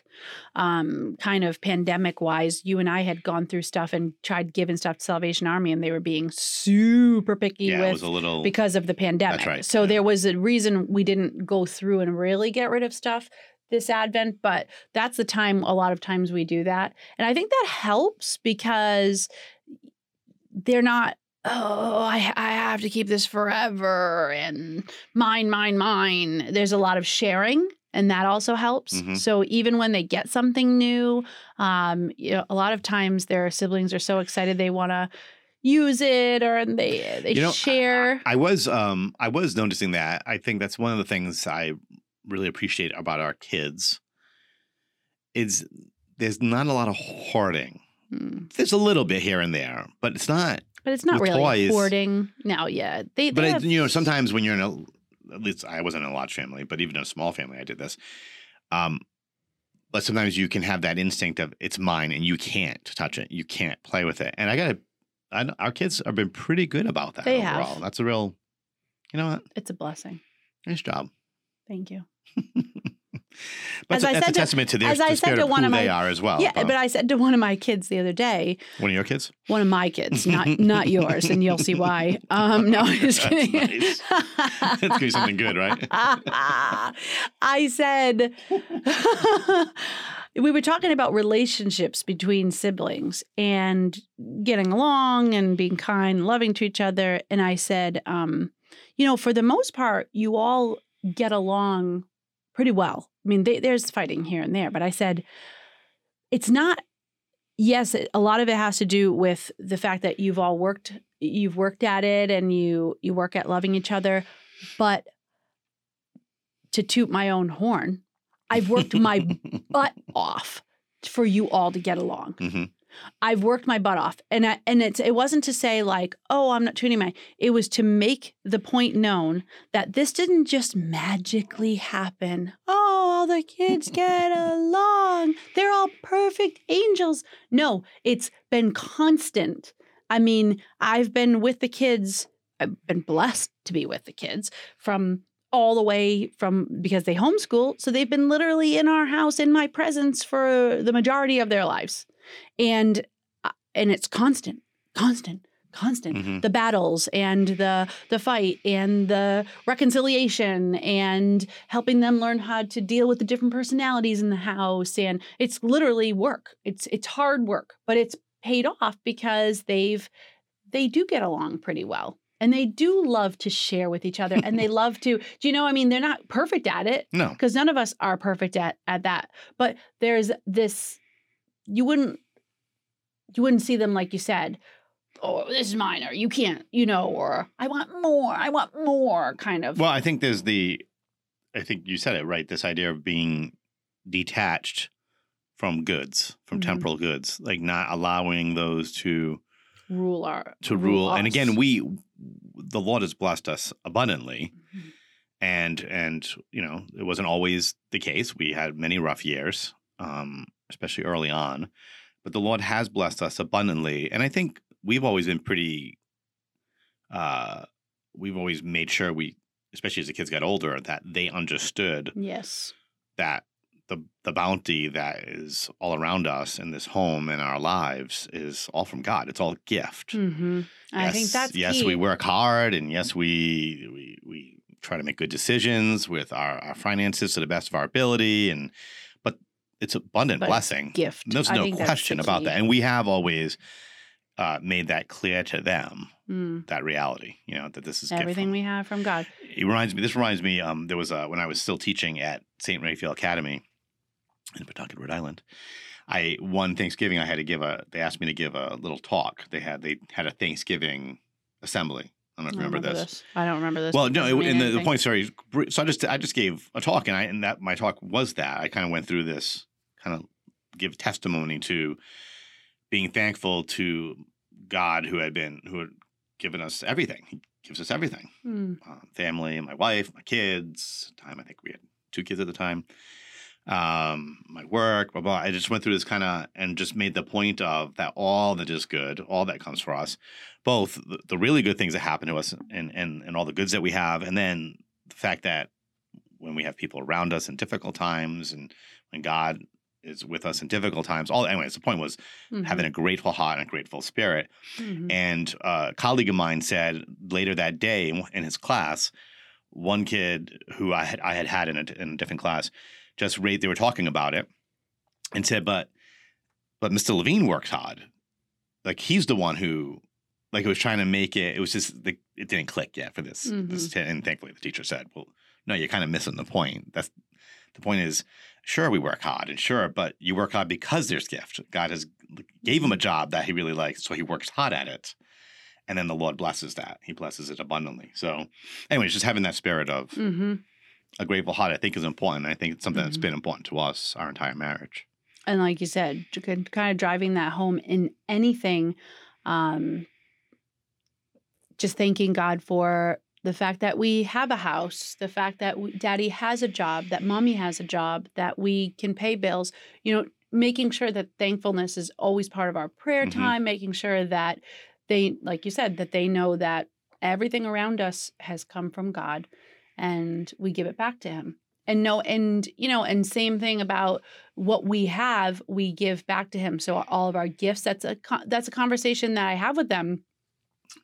Speaker 2: Um, kind of pandemic wise, you and I had gone through stuff and tried giving stuff to Salvation Army, and they were being super picky
Speaker 1: yeah
Speaker 2: with
Speaker 1: it was a little
Speaker 2: because of the pandemic.
Speaker 1: Oh. right,
Speaker 2: So
Speaker 1: yeah.
Speaker 2: there was a reason we didn't go through and really get rid of stuff this Advent, but that's the time a lot of times we do that. And I think that helps because they're not, oh, I, I have to keep this forever and mine, mine, mine. There's a lot of sharing. And that also helps.
Speaker 1: Mhm.
Speaker 2: So even when they get something new, um, you know, a lot of times their siblings are so excited they want to use it, or they they
Speaker 1: You know, I-
Speaker 2: share.
Speaker 1: I, I was um i was noticing that i think that's one of the things i really appreciate about our kids is there's not a lot of hoarding
Speaker 2: Mm.
Speaker 1: there's a little bit here and there but it's not
Speaker 2: But it's not
Speaker 1: With
Speaker 2: really
Speaker 1: toys.
Speaker 2: hoarding. No, yeah. They, they
Speaker 1: but
Speaker 2: have-
Speaker 1: it, you know sometimes when you're in a at least i wasn't in a large family but even in a small family i did this um but sometimes you can have that instinct of it's mine and you can't touch it you can't play with it and i gotta I, kn- our kids have been pretty good about that
Speaker 2: They have.
Speaker 1: overall that's a real you know what
Speaker 2: it's a blessing.
Speaker 1: nice job
Speaker 2: Thank you.
Speaker 1: but
Speaker 2: As
Speaker 1: it's a-
Speaker 2: I
Speaker 1: that's
Speaker 2: said
Speaker 1: a
Speaker 2: to-
Speaker 1: testament to their
Speaker 2: as I
Speaker 1: the
Speaker 2: said
Speaker 1: spirit
Speaker 2: to
Speaker 1: of
Speaker 2: one
Speaker 1: who
Speaker 2: of
Speaker 1: they
Speaker 2: my-
Speaker 1: are as well
Speaker 2: yeah,
Speaker 1: though.
Speaker 2: but I said to one of my kids the other day,
Speaker 1: one of your kids
Speaker 2: one of my kids, not
Speaker 1: [laughs]
Speaker 2: not yours, and you'll see why. Um, no, I'm just
Speaker 1: That's
Speaker 2: kidding. [laughs]
Speaker 1: nice. That's gonna be something good, right?
Speaker 2: I said [laughs] we were talking about relationships between siblings and getting along and being kind, loving to each other. And I said, um, you know, for the most part, you all get along pretty well. I mean, they, there's fighting here and there, but I said it's not. Yes, it- a lot of it has to do with the fact that you've all worked, you've worked at it, and you you work at loving each other. But to toot my own horn, I've
Speaker 1: [laughs]
Speaker 2: worked my
Speaker 1: Mm-hmm,
Speaker 2: butt off for you all to get along.
Speaker 1: Mhm.
Speaker 2: I've worked my butt off, and I, and it's it wasn't to say like, oh, I'm not tuning my. It was to make the point known that this didn't just magically happen. Oh, all the kids get along; they're all perfect angels. No, it's been constant. I mean, I've been with the kids. I've been blessed to be with the kids from all the way from because they homeschool, so they've been literally in our house in my presence for the majority of their lives and uh, and it's constant constant constant
Speaker 1: Mhm.
Speaker 2: the battles and the the fight and the reconciliation and helping them learn how to deal with the different personalities in the house and it's literally work it's it's hard work but it's paid off because they've they do get along pretty well and they do love to share with each other and they love to do you know i mean they're not perfect at it
Speaker 1: No.
Speaker 2: because none of us are perfect at at that but there's this you wouldn't you wouldn't see them like you said oh this is mine or you can't you know or i want more i want more kind of
Speaker 1: Well, I think there's the, I think you said it right. This idea of being detached from goods, from
Speaker 2: Mhm.
Speaker 1: temporal goods, like not allowing those to
Speaker 2: rule our
Speaker 1: to rule. And
Speaker 2: us.
Speaker 1: again, we, the Lord has blessed us abundantly,
Speaker 2: Mhm.
Speaker 1: and and you know it wasn't always the case. We had many rough years, um, especially early on, but the Lord has blessed us abundantly, and I think we've always been pretty. Uh, we've always made sure we, especially as the kids got older, that they understood
Speaker 2: yes
Speaker 1: that the the bounty that is all around us in this home and our lives is all from God. It's all a gift.
Speaker 2: mm-hmm. i think
Speaker 1: Yes,
Speaker 2: that's
Speaker 1: yes.
Speaker 2: key.
Speaker 1: We work hard, and yes, we we we try to make good decisions with our our finances to the best of our ability, and but it's abundant
Speaker 2: But it's
Speaker 1: blessing.
Speaker 2: gift
Speaker 1: There's
Speaker 2: I
Speaker 1: no
Speaker 2: think that's the
Speaker 1: question about
Speaker 2: key.
Speaker 1: that, and we have always uh, made that clear to them
Speaker 2: Mm.
Speaker 1: that reality. You know that this is a gift
Speaker 2: everything
Speaker 1: from-
Speaker 2: we have from god
Speaker 1: it reminds me. This reminds me. Um, there was a when I was still teaching at St. Raphael Academy in Pawtucket, Rhode Island. I one Thanksgiving I had to give a. They asked me to give a little talk. They had they had a Thanksgiving assembly. I don't
Speaker 2: I
Speaker 1: remember, this.
Speaker 2: i don't remember this
Speaker 1: Well, no,
Speaker 2: Doesn't
Speaker 1: it,
Speaker 2: mean
Speaker 1: and the, the
Speaker 2: anything.
Speaker 1: point. Sorry, br- so I just I just gave a talk, and I and that my talk was that I kind of went through this kind of give testimony to being thankful to God who had been who had given us everything. He gives us everything
Speaker 2: Mm.
Speaker 1: um, family, my wife, my kids. Time I think we had two kids at the time. Um, my work, blah blah. I just went through this kind of and just made the point of that all that is good, all that comes for us, both the, the really good things that happen to us, and and and all the goods that we have, and then the fact that when we have people around us in difficult times, and when God is with us in difficult times, all. Anyways, the point was
Speaker 2: Mhm.
Speaker 1: having a grateful heart and a grateful spirit.
Speaker 2: Mhm.
Speaker 1: And uh, a colleague of mine said later that day in- in his class, one kid who I had, I had had in a, in a different class just rate they were talking about it and said, but but Mr. Levine works hard. Like he's the one who like it was trying to make it. It was just like it didn't click yet for this. this kid. and thankfully the teacher said, well, no, you're kind of missing the point. That's the point is sure we work hard and sure but you work hard because there's gift god has gave him a job that he really likes so he works hard at it and then the lord blesses that he blesses it abundantly so anyways just having that spirit of
Speaker 2: Mhm.
Speaker 1: a grateful heart i think is important i think it's something that's
Speaker 2: Mhm.
Speaker 1: been important to us our entire marriage
Speaker 2: and like you said to kin- kind of driving that home in anything um just thanking god for the fact that we have a house the fact that we, daddy has a job that mommy has a job that we can pay bills you know making sure that thankfulness is always part of our prayer
Speaker 1: Mhm.
Speaker 2: time making sure that they like you said that they know that everything around us has come from god and we give it back to him and no and you know and same thing about what we have we give back to him so all of our gifts that's a con- that's a conversation that i have with them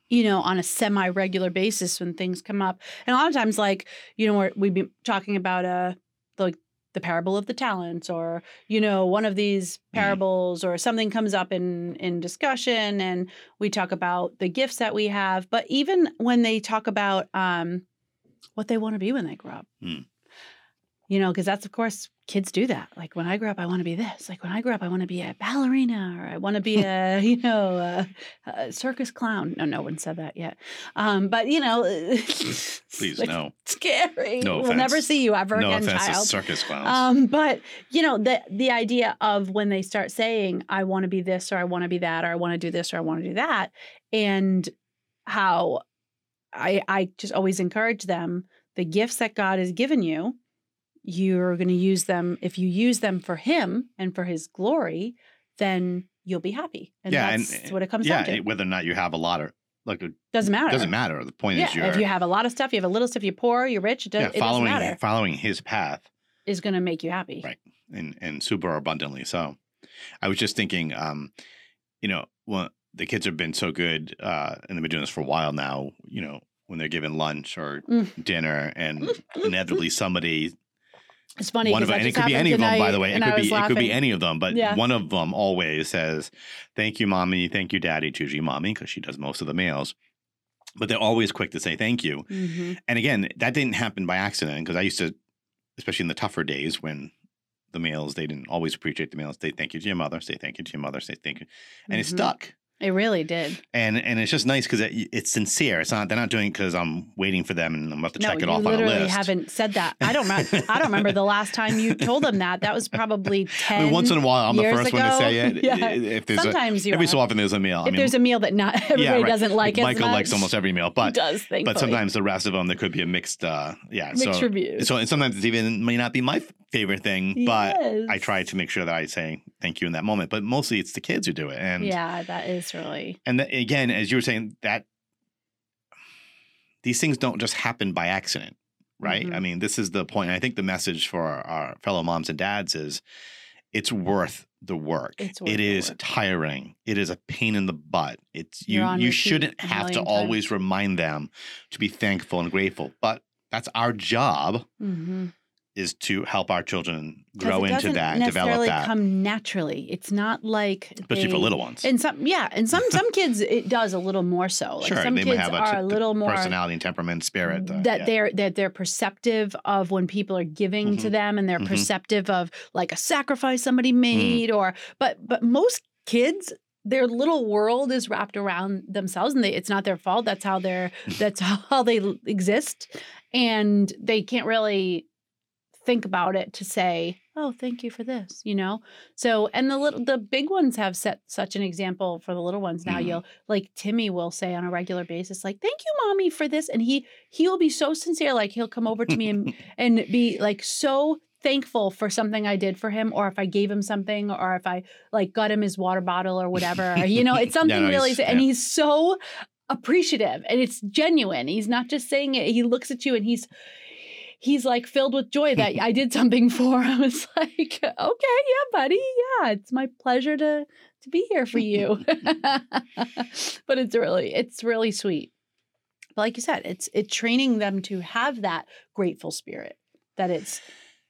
Speaker 2: you know on a semi regular basis when things come up and a lot of times like you know we're, we'd be talking about a like the parable of the talents or you know one of these parables or something comes up in in discussion and we talk about the gifts that we have but even when they talk about um what they want to be when they grow up
Speaker 1: Mm.
Speaker 2: you know, because that's, of course, kids do that. Like when I grew up, I want to be this. Like when I grew up, I want to be a ballerina or I want to be a, [laughs] you know, a, a circus clown. No, no one said that yet. Um, but, you know, [laughs]
Speaker 1: Please
Speaker 2: please
Speaker 1: no.
Speaker 2: Scary.
Speaker 1: No
Speaker 2: we'll never
Speaker 1: offense.
Speaker 2: see you ever
Speaker 1: No
Speaker 2: again,
Speaker 1: offense to
Speaker 2: child.
Speaker 1: circus clowns.
Speaker 2: Um, but you know the the idea of when they start saying I want to be this or I want to be that or I want to do this or I want to do that, and how I I just always encourage them the gifts that God has given you, you're going to use them if you use them for Him and for His glory, then you'll be happy, and
Speaker 1: Yeah, and-
Speaker 2: that's what it comes
Speaker 1: yeah,
Speaker 2: down to.
Speaker 1: it- whether or not you have a lot or like it
Speaker 2: doesn't matter.
Speaker 1: doesn't matter. The point
Speaker 2: Yeah,
Speaker 1: is you're
Speaker 2: if you have a lot of stuff, you have a little stuff, you're poor, you're rich, it, does,
Speaker 1: yeah,
Speaker 2: it doesn't
Speaker 1: following
Speaker 2: matter.
Speaker 1: following his path
Speaker 2: Is going to make you happy.
Speaker 1: Right. and and super abundantly so. I was just thinking, um, you know, well, the kids have been so good, uh, and they've been doing this for a while now. You know, when they're given lunch or
Speaker 2: Mm.
Speaker 1: dinner,
Speaker 2: [laughs]
Speaker 1: and inevitably somebody
Speaker 2: It's funny.
Speaker 1: one of
Speaker 2: 'cause that
Speaker 1: and it
Speaker 2: just
Speaker 1: could be
Speaker 2: happened
Speaker 1: any of them, by
Speaker 2: tonight,
Speaker 1: the way. It
Speaker 2: and I
Speaker 1: could
Speaker 2: was
Speaker 1: be it could
Speaker 2: laughing.
Speaker 1: be any of them, but
Speaker 2: Yeah.
Speaker 1: one of them always says, "Thank you, mommy. Thank you, daddy. It's usually mommy because she does most of the meals." But they're always quick to say thank you.
Speaker 2: Mhm.
Speaker 1: And again, that didn't happen by accident because I used to, especially in the tougher days when the males they didn't always appreciate the males. Say thank you to your mother. Say thank you to your mother. Say thank you, and it
Speaker 2: Mhm.
Speaker 1: stuck.
Speaker 2: It really did.
Speaker 1: And and it's just nice because it, it's sincere. It's not they're not doing it because I'm waiting for them and I'm about to
Speaker 2: no,
Speaker 1: check it
Speaker 2: you
Speaker 1: off on a
Speaker 2: literally
Speaker 1: list.
Speaker 2: haven't said that. I don't remember. I don't remember
Speaker 1: [laughs]
Speaker 2: the last time you told them that. That was probably
Speaker 1: I
Speaker 2: ten.
Speaker 1: mean, once in a while, I'm the
Speaker 2: years
Speaker 1: first one to
Speaker 2: ago.
Speaker 1: say
Speaker 2: [laughs]
Speaker 1: it.
Speaker 2: Yeah.
Speaker 1: If there's a,
Speaker 2: sometimes you
Speaker 1: every
Speaker 2: are.
Speaker 1: so often there's a meal.
Speaker 2: if there's a meal that not everybody
Speaker 1: right.
Speaker 2: doesn't like, as
Speaker 1: Michael
Speaker 2: much,
Speaker 1: likes almost every
Speaker 2: [laughs]
Speaker 1: meal,
Speaker 2: he
Speaker 1: but
Speaker 2: does thankfully.
Speaker 1: but sometimes the rest of them there could be a mixed. uh Yeah,
Speaker 2: mixed
Speaker 1: so
Speaker 2: reviews.
Speaker 1: so and sometimes it's even may not be my f- favorite thing, but I try to make sure that I say thank you in that moment. But mostly it's the kids who do it, and
Speaker 2: yeah, that is really
Speaker 1: and th- again, as you were saying, that these things don't just happen by accident, right?
Speaker 2: Mhm.
Speaker 1: I mean, this is the point. I think the message for our, our fellow moms and dads is it's worth the work.
Speaker 2: It's worth
Speaker 1: It
Speaker 2: the
Speaker 1: is
Speaker 2: work.
Speaker 1: tiring. It is a pain in the butt. It's you
Speaker 2: You're on
Speaker 1: you
Speaker 2: repeat
Speaker 1: shouldn't
Speaker 2: a
Speaker 1: have to
Speaker 2: million times.
Speaker 1: always remind them to be thankful and grateful. But that's our job
Speaker 2: mhm. 'Cause
Speaker 1: is to help our children
Speaker 2: 'Cause
Speaker 1: grow
Speaker 2: it
Speaker 1: into
Speaker 2: doesn't
Speaker 1: that, develop
Speaker 2: necessarily
Speaker 1: that.
Speaker 2: Come naturally. It's not like
Speaker 1: especially for
Speaker 2: they-
Speaker 1: little ones.
Speaker 2: And some, yeah, and some
Speaker 1: [laughs]
Speaker 2: some kids it does a little more so. Like
Speaker 1: sure,
Speaker 2: some
Speaker 1: they
Speaker 2: kids
Speaker 1: may have a,
Speaker 2: are a
Speaker 1: t-
Speaker 2: little more
Speaker 1: personality and temperament, spirit. uh,
Speaker 2: that
Speaker 1: yeah.
Speaker 2: they're that they're perceptive of when people are giving to
Speaker 1: Mhm.
Speaker 2: them and they're
Speaker 1: Mhm.
Speaker 2: perceptive of like a sacrifice somebody
Speaker 1: Mm.
Speaker 2: made or but but most kids their little world is wrapped around themselves and they, it's not their fault that's how they're that's [laughs] how they l- exist and they can't really think about it to say oh thank you for this you know so and the little the big ones have set such an example for the little ones now
Speaker 1: Mhm.
Speaker 2: you'll like timmy will say on a regular basis like thank you mommy for this and he he will be so sincere like he'll come over to me and and be like so thankful for something i did for him or if i gave him something or if i like got him his water bottle or whatever or, you know it's
Speaker 1: [laughs] Yeah,
Speaker 2: something
Speaker 1: no,
Speaker 2: really
Speaker 1: he's-
Speaker 2: si- and he's so appreciative and it's genuine he's not just saying it he looks at you and he's he's like filled with joy that
Speaker 1: [laughs]
Speaker 2: i did something for [laughs] him it's like okay yeah buddy yeah it's my pleasure to to be here
Speaker 1: [laughs]
Speaker 2: for you. [laughs] but it's really it's really sweet. But like you said, it's it training them to have that grateful spirit that it's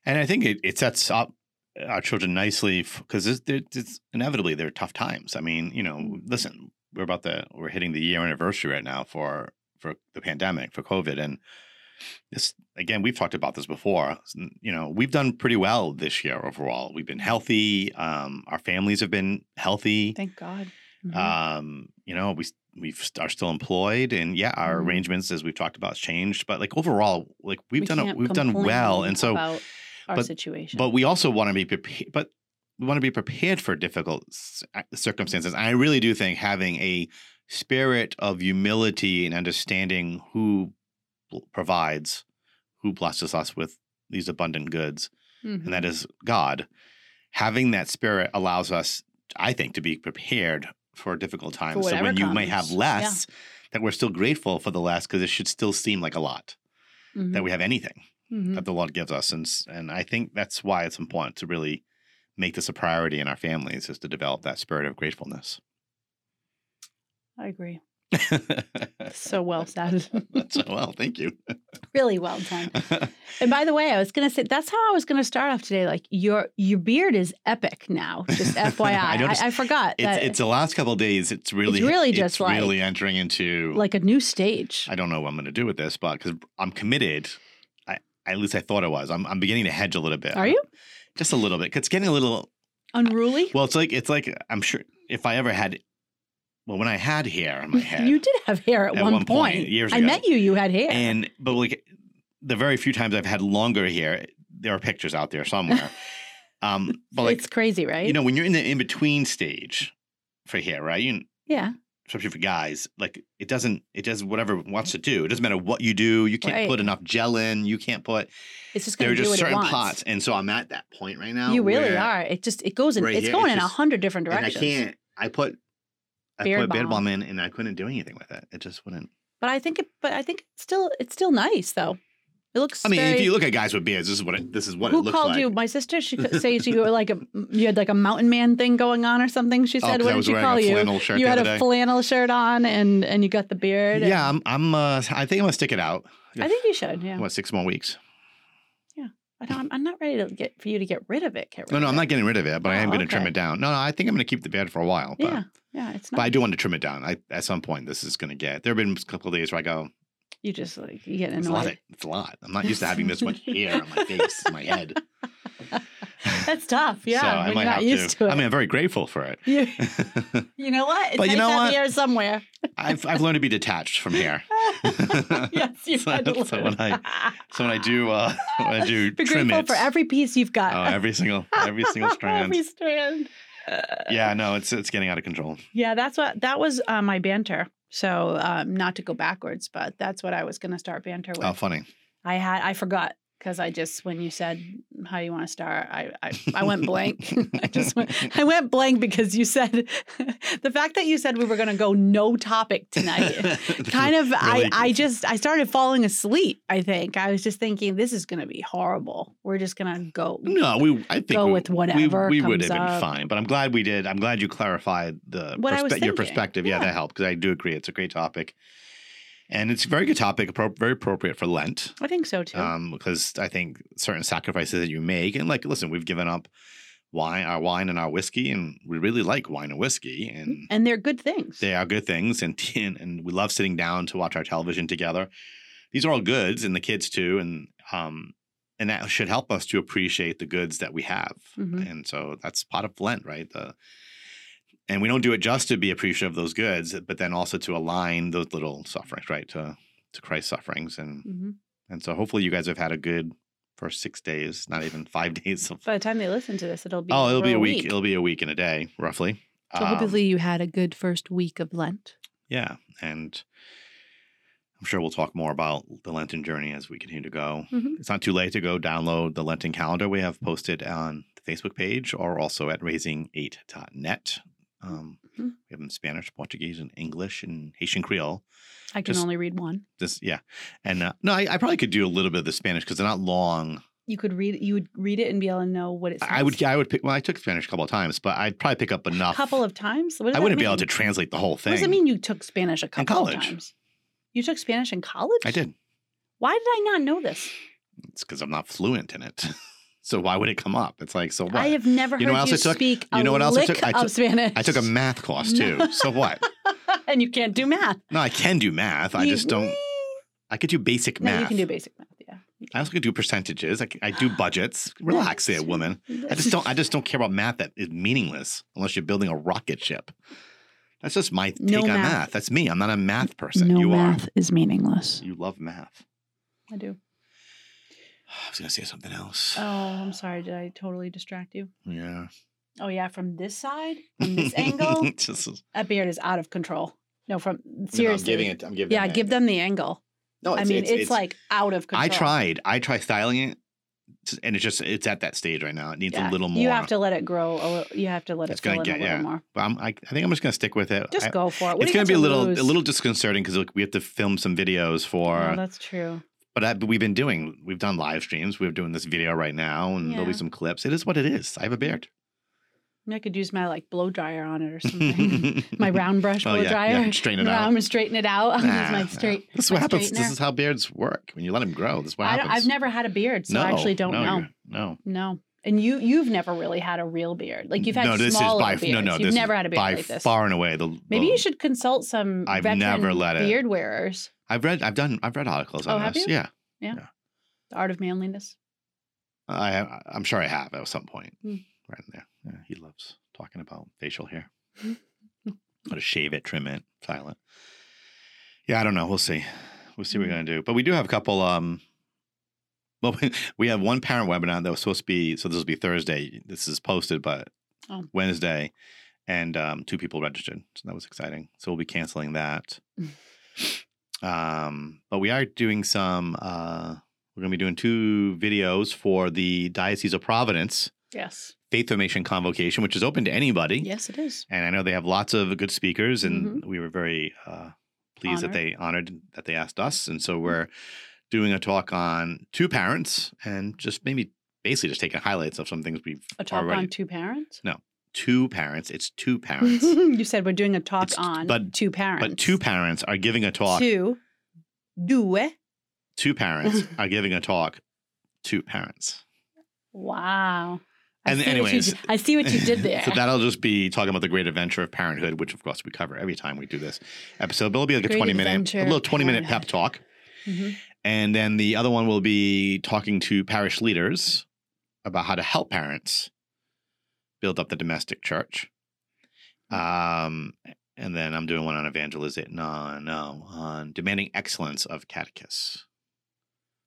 Speaker 1: And I think it, it sets up uh, our children nicely because it's, it's inevitably there are tough times. I mean, you know,
Speaker 2: Mm-hmm.
Speaker 1: listen, we're about the we're hitting the year anniversary right now for for the pandemic for COVID, and this again we've talked about this before. You know, we've done pretty well this year overall. We've been healthy. Um, our families have been healthy.
Speaker 2: thank God. mm-hmm,
Speaker 1: Um, you know, we we are still employed, and yeah, our
Speaker 2: Mhm.
Speaker 1: arrangements, as we've talked about, has changed. But like overall, like we've done a, we've done well, and so
Speaker 2: about our
Speaker 1: but-
Speaker 2: situation.
Speaker 1: but we also want to be prepared. But we want to be prepared for difficult s- circumstances. I really do think having a spirit of humility and understanding who bl- provides, who blesses us with these abundant goods,
Speaker 2: Mhm.
Speaker 1: and that is God. Having that spirit allows us, I think, to be prepared for difficult times. so
Speaker 2: whatever
Speaker 1: when you may
Speaker 2: comes,
Speaker 1: have
Speaker 2: yeah.
Speaker 1: less, that we're still grateful for the less because it should still seem like a lot
Speaker 2: Mhm.
Speaker 1: that we have anything
Speaker 2: Mhm.
Speaker 1: that the Lord gives us, and s- and I think that's why it's important to really make this a priority in our families is to develop that spirit of gratefulness. [laughs]
Speaker 2: I agree.
Speaker 1: so
Speaker 2: So well said.
Speaker 1: well, thank you.
Speaker 2: [laughs]
Speaker 1: [laughs]
Speaker 2: really well done. And by the way, I was gonna say that's how I was gonna start off today. Like your your beard is epic now. Just
Speaker 1: [laughs]
Speaker 2: FYI,
Speaker 1: I
Speaker 2: I,
Speaker 1: noticed
Speaker 2: I, forgot that
Speaker 1: It's, it's the last couple of days. It's really
Speaker 2: really just like-
Speaker 1: really entering into
Speaker 2: like a new stage.
Speaker 1: I don't know what I'm going to do with this, but because I'm committed, I at least I thought it was. I'm, I'm beginning to hedge a little bit.
Speaker 2: Are you
Speaker 1: Just a little bit. 'cause It's getting a little.
Speaker 2: unruly?
Speaker 1: [laughs] Well, it's like it's like I'm sure if I ever had, well, when I had hair
Speaker 2: [laughs]
Speaker 1: on my head,
Speaker 2: You did have hair at,
Speaker 1: At
Speaker 2: one,
Speaker 1: one point, years
Speaker 2: I
Speaker 1: ago.
Speaker 2: met you. You had hair.
Speaker 1: and but like the very few times I've had longer hair, there are pictures out
Speaker 2: [laughs]
Speaker 1: there somewhere. um, but like
Speaker 2: it's crazy, right?
Speaker 1: you know, when you're in the in between stage for hair, right? You
Speaker 2: yeah.
Speaker 1: especially for guys, like it doesn't it does whatever it wants to do. It doesn't matter what you do. You can't
Speaker 2: Right.
Speaker 1: put enough gel in. You can't put
Speaker 2: It's just
Speaker 1: there
Speaker 2: going
Speaker 1: are
Speaker 2: to
Speaker 1: just
Speaker 2: do what it
Speaker 1: certain
Speaker 2: wants.
Speaker 1: plots. And so I'm at that point right now.
Speaker 2: You really
Speaker 1: where-
Speaker 2: are. It just it goes in.
Speaker 1: Right
Speaker 2: it's
Speaker 1: here,
Speaker 2: going
Speaker 1: it's
Speaker 2: in a
Speaker 1: just-
Speaker 2: hundred different
Speaker 1: And I
Speaker 2: directions.
Speaker 1: can't I put I
Speaker 2: Beard
Speaker 1: put beard
Speaker 2: balm.
Speaker 1: balm in and I couldn't do anything with it. It just wouldn't
Speaker 2: But I think it. But I think it's still it's still nice though. It looks.
Speaker 1: I mean,
Speaker 2: very-
Speaker 1: if you look at guys with beards, this is what it this is what it
Speaker 2: who
Speaker 1: looks
Speaker 2: called
Speaker 1: like.
Speaker 2: you? My sister. She could say
Speaker 1: [laughs]
Speaker 2: she you were like a you had like a mountain man thing going on or something. She
Speaker 1: Oh, 'cause
Speaker 2: said,
Speaker 1: I
Speaker 2: "What did
Speaker 1: was
Speaker 2: she
Speaker 1: wearing
Speaker 2: call
Speaker 1: a
Speaker 2: you?
Speaker 1: flannel shirt
Speaker 2: You
Speaker 1: the
Speaker 2: had
Speaker 1: other
Speaker 2: a
Speaker 1: day.
Speaker 2: flannel shirt on and and you got the beard." and-
Speaker 1: Yeah, I'm I'm uh I think I'm gonna stick it out.
Speaker 2: I think you should. Yeah,
Speaker 1: What, six more weeks?
Speaker 2: I don't, I'm, I'm not ready to get for you to get rid of it. Get rid
Speaker 1: No, no,
Speaker 2: of
Speaker 1: I'm
Speaker 2: it.
Speaker 1: not getting rid of it, but I am
Speaker 2: Oh,
Speaker 1: gonna trim
Speaker 2: okay.
Speaker 1: it down. No, no, I think I'm gonna keep the beard for a while. But
Speaker 2: Yeah, yeah, it's
Speaker 1: But I
Speaker 2: not.
Speaker 1: do want to trim it down. I, at some point, this is going to get. There have been a couple of days where I go,
Speaker 2: You just like you get
Speaker 1: it's a lot.
Speaker 2: annoyed.
Speaker 1: It's a lot. I'm not used to having this much hair on my face, my head.
Speaker 2: [laughs] That's tough. Yeah,
Speaker 1: so
Speaker 2: when
Speaker 1: I
Speaker 2: you're
Speaker 1: might
Speaker 2: not
Speaker 1: have
Speaker 2: used
Speaker 1: to.
Speaker 2: to it.
Speaker 1: I mean, I'm very grateful for it. [laughs]
Speaker 2: you, you know what? It's
Speaker 1: But you
Speaker 2: nice
Speaker 1: know
Speaker 2: to have
Speaker 1: what? [laughs]
Speaker 2: hair somewhere. [laughs]
Speaker 1: I've I've learned to be detached from hair.
Speaker 2: yes, you
Speaker 1: So-
Speaker 2: had to
Speaker 1: so
Speaker 2: learn.
Speaker 1: when [laughs] So
Speaker 2: [laughs]
Speaker 1: when I do, uh, when I do
Speaker 2: Be
Speaker 1: trim
Speaker 2: grateful
Speaker 1: it,
Speaker 2: for every piece you've got.
Speaker 1: oh, every single, every single strand.
Speaker 2: [laughs] Every strand.
Speaker 1: [laughs] Yeah, no, it's it's getting out of control.
Speaker 2: Yeah, that's what that was uh, my banter. So um, not to go backwards, but that's what I was going to start banter with.
Speaker 1: Oh, funny.
Speaker 2: I had I forgot because I just when you said how you want to start, I I, I went blank. [laughs] I
Speaker 1: [laughs]
Speaker 2: just went I went blank because you said [laughs] the fact that you said we were going to go no topic
Speaker 1: [laughs]
Speaker 2: tonight. kind of [laughs] I,
Speaker 1: Really-
Speaker 2: I just i started falling asleep i think i was just thinking this is going to be horrible we're just going to go
Speaker 1: No, we. I think
Speaker 2: Go
Speaker 1: we,
Speaker 2: with
Speaker 1: we-
Speaker 2: whatever
Speaker 1: We, would
Speaker 2: comes
Speaker 1: have been
Speaker 2: up.
Speaker 1: fine, but I'm glad we did. I'm glad you clarified the
Speaker 2: What I was
Speaker 1: perspe- your
Speaker 2: thinking,
Speaker 1: perspective. Yeah,
Speaker 2: yeah.
Speaker 1: that helped because I do agree it's a great topic, and it's a very good topic, appro- very appropriate for Lent
Speaker 2: i think so too
Speaker 1: um, because I think certain sacrifices that you make, and like, listen, we've given up wine, our wine, and our whiskey, and we really like wine and whiskey, and
Speaker 2: and they're good things
Speaker 1: they are good things, and [laughs] and, and we love sitting down to watch our television together. These are all goods, and the kids too, and um, and that should help us to appreciate the goods that we have,
Speaker 2: Mhm.
Speaker 1: and so that's part of Lent, right? The and we don't do it just to be appreciative of those goods, but then also to align those little sufferings, right, to to Christ's sufferings, and
Speaker 2: hmm
Speaker 1: and so hopefully you guys have had a good first six days, not even five [laughs] days. Of,
Speaker 2: by the time they listen to this it'll be
Speaker 1: oh, it'll
Speaker 2: over
Speaker 1: be a week. It'll be a week and a day, roughly.
Speaker 2: so
Speaker 1: Um,
Speaker 2: hopefully you had a good first week of lent
Speaker 1: yeah. And I'm sure we'll talk more about the Lenten journey as we continue to go.
Speaker 2: Mhm.
Speaker 1: It's not too late to go download the Lenten calendar we have posted on the Facebook page or also at raising8.net. Um,
Speaker 2: Mhm.
Speaker 1: We have them in Spanish, Portuguese, and English, and Haitian Creole.
Speaker 2: i can
Speaker 1: Just-
Speaker 2: only read one
Speaker 1: This, yeah, and uh, no, I, I probably could do a little bit of the Spanish because they're not long.
Speaker 2: you could read you would read it and be able to know what it's
Speaker 1: I would I would pick well, I took Spanish a couple of times, but I'd probably pick up
Speaker 2: a
Speaker 1: enough.
Speaker 2: couple of times what does
Speaker 1: I
Speaker 2: that
Speaker 1: wouldn't be able
Speaker 2: mean?
Speaker 1: to translate the whole thing.
Speaker 2: what does it mean you took spanish a couple of
Speaker 1: college.
Speaker 2: times you took spanish in college
Speaker 1: I did.
Speaker 2: why did i not know this
Speaker 1: It's because I'm not fluent in it. [laughs] so why would it come up? It's like so what?
Speaker 2: I
Speaker 1: I,
Speaker 2: have never
Speaker 1: You know
Speaker 2: heard
Speaker 1: what else
Speaker 2: you
Speaker 1: I took?
Speaker 2: speak a
Speaker 1: You know what else I
Speaker 2: lick
Speaker 1: took? I
Speaker 2: of
Speaker 1: took-
Speaker 2: Spanish.
Speaker 1: took a math class too. so what?
Speaker 2: [laughs] and you can't do math.
Speaker 1: No, I can do math. I
Speaker 2: You-
Speaker 1: just don't. I could do basic
Speaker 2: No,
Speaker 1: math.
Speaker 2: you can do basic math. Yeah.
Speaker 1: I also could do percentages. I, c- I do
Speaker 2: [gasps]
Speaker 1: budgets. Relax, there, woman. I just don't. I
Speaker 2: [laughs]
Speaker 1: just don't care about math that is meaningless unless you're building a rocket ship. That's just my take
Speaker 2: No
Speaker 1: on math.
Speaker 2: math.
Speaker 1: That's me. I'm not a math person.
Speaker 2: no
Speaker 1: you
Speaker 2: math is meaningless.
Speaker 1: are. You love math. [sighs]
Speaker 2: I do.
Speaker 1: I was gonna say something else.
Speaker 2: Oh, I'm sorry. Did I totally distract you?
Speaker 1: Yeah.
Speaker 2: Oh yeah, from this side,
Speaker 1: [laughs]
Speaker 2: from this angle,
Speaker 1: Just-
Speaker 2: that beard is out of control. No, from
Speaker 1: you know, I'm
Speaker 2: seriously.
Speaker 1: giving it. I'm giving.
Speaker 2: yeah,
Speaker 1: it-
Speaker 2: give them the angle.
Speaker 1: No,
Speaker 2: I mean, it's, like out of control.
Speaker 1: I tried. I tried styling it, t- and it's just it's at that stage right now. It needs
Speaker 2: Yeah,
Speaker 1: a little more.
Speaker 2: You have to let it grow. A little, you have to let
Speaker 1: It's
Speaker 2: it fill
Speaker 1: gonna
Speaker 2: in a
Speaker 1: get-
Speaker 2: little
Speaker 1: yeah.
Speaker 2: more.
Speaker 1: But I'm, I, I think I'm just gonna stick with it.
Speaker 2: Just
Speaker 1: I-
Speaker 2: go for it. What
Speaker 1: It's
Speaker 2: do
Speaker 1: gonna
Speaker 2: you got
Speaker 1: be a little
Speaker 2: lose?
Speaker 1: a little disconcerting because we have to film some videos for.
Speaker 2: Oh, that's true.
Speaker 1: but, I, but we've been doing we've done live streams. We're doing this video right now, and there'll be
Speaker 2: Yeah.
Speaker 1: some clips. It is what it is. I have a beard.
Speaker 2: I, mean, I could use my like blow dryer on it or
Speaker 1: [laughs]
Speaker 2: something. [laughs] my round [laughs] brush
Speaker 1: Oh
Speaker 2: blow
Speaker 1: yeah,
Speaker 2: dryer.
Speaker 1: yeah. Straighten it
Speaker 2: No,
Speaker 1: out.
Speaker 2: I'm gonna straighten it out. [laughs] I'm
Speaker 1: Nah, [laughs]
Speaker 2: gonna
Speaker 1: nah.
Speaker 2: use my straight.
Speaker 1: This is what
Speaker 2: my
Speaker 1: happens. This
Speaker 2: straightener.
Speaker 1: is how beards work. When you let them grow, this is what
Speaker 2: I
Speaker 1: happens.
Speaker 2: don't, I've never had a beard, so I actually don't
Speaker 1: no,
Speaker 2: know.
Speaker 1: you're- No.
Speaker 2: No, and you you've never really had a real beard. Like you've had
Speaker 1: no,
Speaker 2: small
Speaker 1: this is
Speaker 2: smaller
Speaker 1: by
Speaker 2: beards.
Speaker 1: no, no.
Speaker 2: you've
Speaker 1: this is
Speaker 2: never had a beard
Speaker 1: by
Speaker 2: like this.
Speaker 1: far and away the.
Speaker 2: Maybe
Speaker 1: the-
Speaker 2: you should consult some
Speaker 1: I've
Speaker 2: veteran
Speaker 1: never let it-
Speaker 2: beard wearers.
Speaker 1: I've read. I've done. I've read articles on
Speaker 2: Oh, have
Speaker 1: this.
Speaker 2: you?
Speaker 1: Yeah.
Speaker 2: Yeah. The Art of Manliness.
Speaker 1: I ha- I'm sure I have at some point.
Speaker 2: Mm.
Speaker 1: Right in there. Yeah, he loves talking about facial hair. [laughs] How to shave it, trim it, file it. Yeah, I don't know. We'll see. We'll see what we're gonna do. But we do have a couple. Um, [laughs] well, we have one parent webinar that was supposed to be. So this will be Thursday. This is posted, but
Speaker 2: Oh.
Speaker 1: Wednesday, and um, two people registered. So that was exciting. So we'll be canceling that. um, but we are doing some. Uh, we're going to be doing two videos for the Diocese of Providence
Speaker 2: Yes.
Speaker 1: Faith Formation Convocation, which is open to anybody.
Speaker 2: Yes, it is.
Speaker 1: And I know they have lots of good speakers, and we were very uh, pleased that
Speaker 2: Mm-hmm. Honored. Mm-hmm.
Speaker 1: they honored that they asked us. And so we're doing a talk on two parents and just maybe basically just taking highlights of some things we've
Speaker 2: A talk
Speaker 1: already.
Speaker 2: on two parents.
Speaker 1: two parents. It's
Speaker 2: [laughs]
Speaker 1: two parents,
Speaker 2: you said we're doing a talk
Speaker 1: It's-
Speaker 2: on
Speaker 1: but-
Speaker 2: two parents.
Speaker 1: but two parents are giving a talk.
Speaker 2: Two. Due.
Speaker 1: two
Speaker 2: [laughs]
Speaker 1: parents are giving a talk. Two parents.
Speaker 2: Wow. I
Speaker 1: And
Speaker 2: see what you
Speaker 1: anyways-
Speaker 2: d- I see what you did there.
Speaker 1: [laughs] so
Speaker 2: [laughs]
Speaker 1: that'll just be talking about the great adventure of parenthood, which of course we cover every time we do this episode. But it'll be like a
Speaker 2: Great
Speaker 1: twenty minute,
Speaker 2: adventure
Speaker 1: a
Speaker 2: of
Speaker 1: little twenty minute pep
Speaker 2: parenthood.
Speaker 1: talk,
Speaker 2: Mhm.
Speaker 1: and then the other one will be talking to parish leaders about how to help parents build up the domestic church. Um, and then I'm doing one on evangelization, no, no, on demanding excellence of catechists.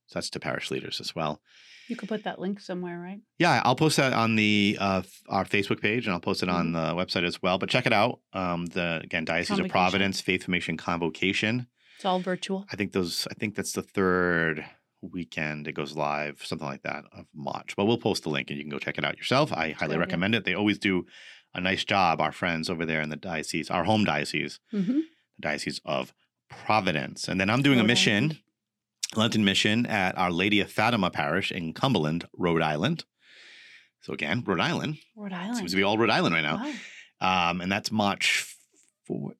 Speaker 1: So that's to parish leaders as well.
Speaker 2: You could put that link somewhere, right?
Speaker 1: Yeah, I'll post that on the uh, f- our Facebook page, and I'll post it on the website as well. But check it out. Um, the again, Diocese of
Speaker 2: Convocation.
Speaker 1: Providence Faith Formation Convocation.
Speaker 2: It's all virtual.
Speaker 1: I think those. I think that's the third weekend it goes live, something like that of March. But we'll post the link, and you can go check it out yourself. I highly
Speaker 2: idea.
Speaker 1: recommend it. They always do a nice job. Our friends over there in the diocese, our home diocese,
Speaker 2: Mm-hmm.
Speaker 1: the Diocese of Providence. And then I'm doing a
Speaker 2: Rhode
Speaker 1: mission, Lenten mission at Our Lady of Fatima Parish in Cumberland, Rhode Island. So again, Rhode Island
Speaker 2: Rhode Island.
Speaker 1: seems to be all Rhode Island right now.
Speaker 2: Wow.
Speaker 1: Um, and that's March 14th,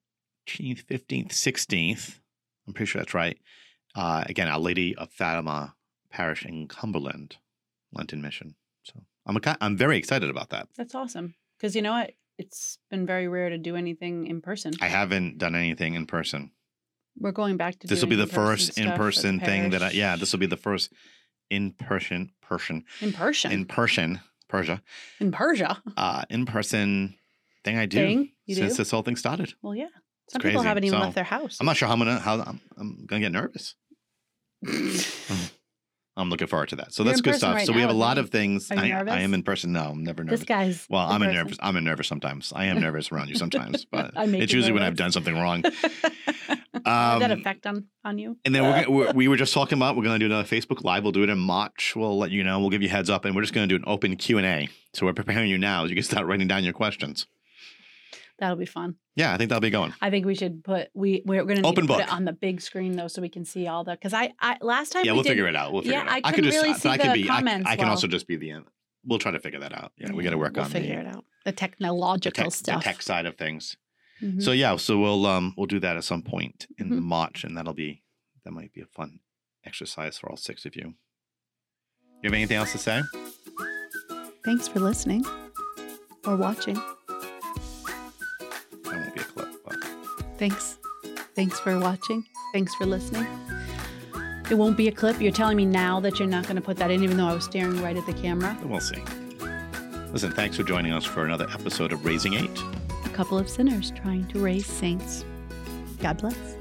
Speaker 1: 15th, 16th. I'm pretty sure that's right. Uh, again, Our Lady of Fatima Parish in Cumberland, Lenten mission. So I'm a, ki- I'm very excited about that.
Speaker 2: That's awesome. Because you know what? It's been very rare to do anything in person.
Speaker 1: I haven't done anything in person.
Speaker 2: We're going back to
Speaker 1: this will
Speaker 2: doing
Speaker 1: be the
Speaker 2: in-person
Speaker 1: first
Speaker 2: stuff at
Speaker 1: in
Speaker 2: the
Speaker 1: person thing that I, yeah,
Speaker 2: parish.
Speaker 1: this will be the first in person, person,
Speaker 2: in person
Speaker 1: in
Speaker 2: in,
Speaker 1: person, Persia,
Speaker 2: Persia
Speaker 1: uh, in person thing I do
Speaker 2: Uh-huh. thing. You
Speaker 1: since
Speaker 2: do?
Speaker 1: this whole thing started.
Speaker 2: Well, yeah. Some people
Speaker 1: crazy.
Speaker 2: haven't even
Speaker 1: So,
Speaker 2: left their house.
Speaker 1: I'm not sure how I'm gonna, how I'm, I'm gonna get nervous. [laughs] I'm looking forward to that. So
Speaker 2: You're
Speaker 1: that's
Speaker 2: in
Speaker 1: good
Speaker 2: person
Speaker 1: stuff.
Speaker 2: right
Speaker 1: so we
Speaker 2: now
Speaker 1: have a
Speaker 2: with
Speaker 1: lot
Speaker 2: me.
Speaker 1: of things.
Speaker 2: Are you
Speaker 1: I,
Speaker 2: nervous?
Speaker 1: I am in person. No, I'm never
Speaker 2: this
Speaker 1: nervous.
Speaker 2: guy's.
Speaker 1: Well,
Speaker 2: in
Speaker 1: I'm a
Speaker 2: person.
Speaker 1: nervous. I'm a nervous sometimes. I
Speaker 2: [laughs]
Speaker 1: am nervous around you sometimes, but
Speaker 2: I make
Speaker 1: it's
Speaker 2: you
Speaker 1: usually when I've done
Speaker 2: nervous.
Speaker 1: something
Speaker 2: [laughs]
Speaker 1: wrong.
Speaker 2: Did that
Speaker 1: Um,
Speaker 2: effect on on you?
Speaker 1: And then we're, gonna- we're, we were just talking about we're going to do another Facebook Live. We'll do it in March. We'll let you know. We'll give you a heads up, and we're just going to do an open Q and A. So we're preparing you now. You can start writing down your questions.
Speaker 2: That'll be fun.
Speaker 1: Yeah, I think that'll be going.
Speaker 2: I think we should put we we're gonna need
Speaker 1: Open
Speaker 2: to put it
Speaker 1: book.
Speaker 2: on the big screen though, so we can see all the because I I last time
Speaker 1: yeah,
Speaker 2: we
Speaker 1: we'll
Speaker 2: did,
Speaker 1: figure it out. We'll figure
Speaker 2: yeah,
Speaker 1: it out.
Speaker 2: I couldn't really see the
Speaker 1: be. I-
Speaker 2: comments
Speaker 1: I, can
Speaker 2: well.
Speaker 1: also just be the end. We'll try to figure that out. Yeah, we got to work
Speaker 2: we'll
Speaker 1: on the,
Speaker 2: figure it out
Speaker 1: the,
Speaker 2: the technological
Speaker 1: tech, the
Speaker 2: stuff.
Speaker 1: tech side of things.
Speaker 2: Mhm.
Speaker 1: So yeah, so we'll um we'll do that at some point in
Speaker 2: Mhm.
Speaker 1: March, and that'll be that might be a fun exercise for all six of you. You have anything else to say?
Speaker 2: Thanks for listening or watching.
Speaker 1: That won't be a clip. But.
Speaker 2: Thanks. Thanks for watching. Thanks for listening. It won't be a clip. You're telling me now that you're not going to put that in, even though I was staring right at the camera.
Speaker 1: We'll see. Listen, thanks for joining us for another episode of Raising Eight.
Speaker 2: A couple of sinners trying to raise saints. God bless.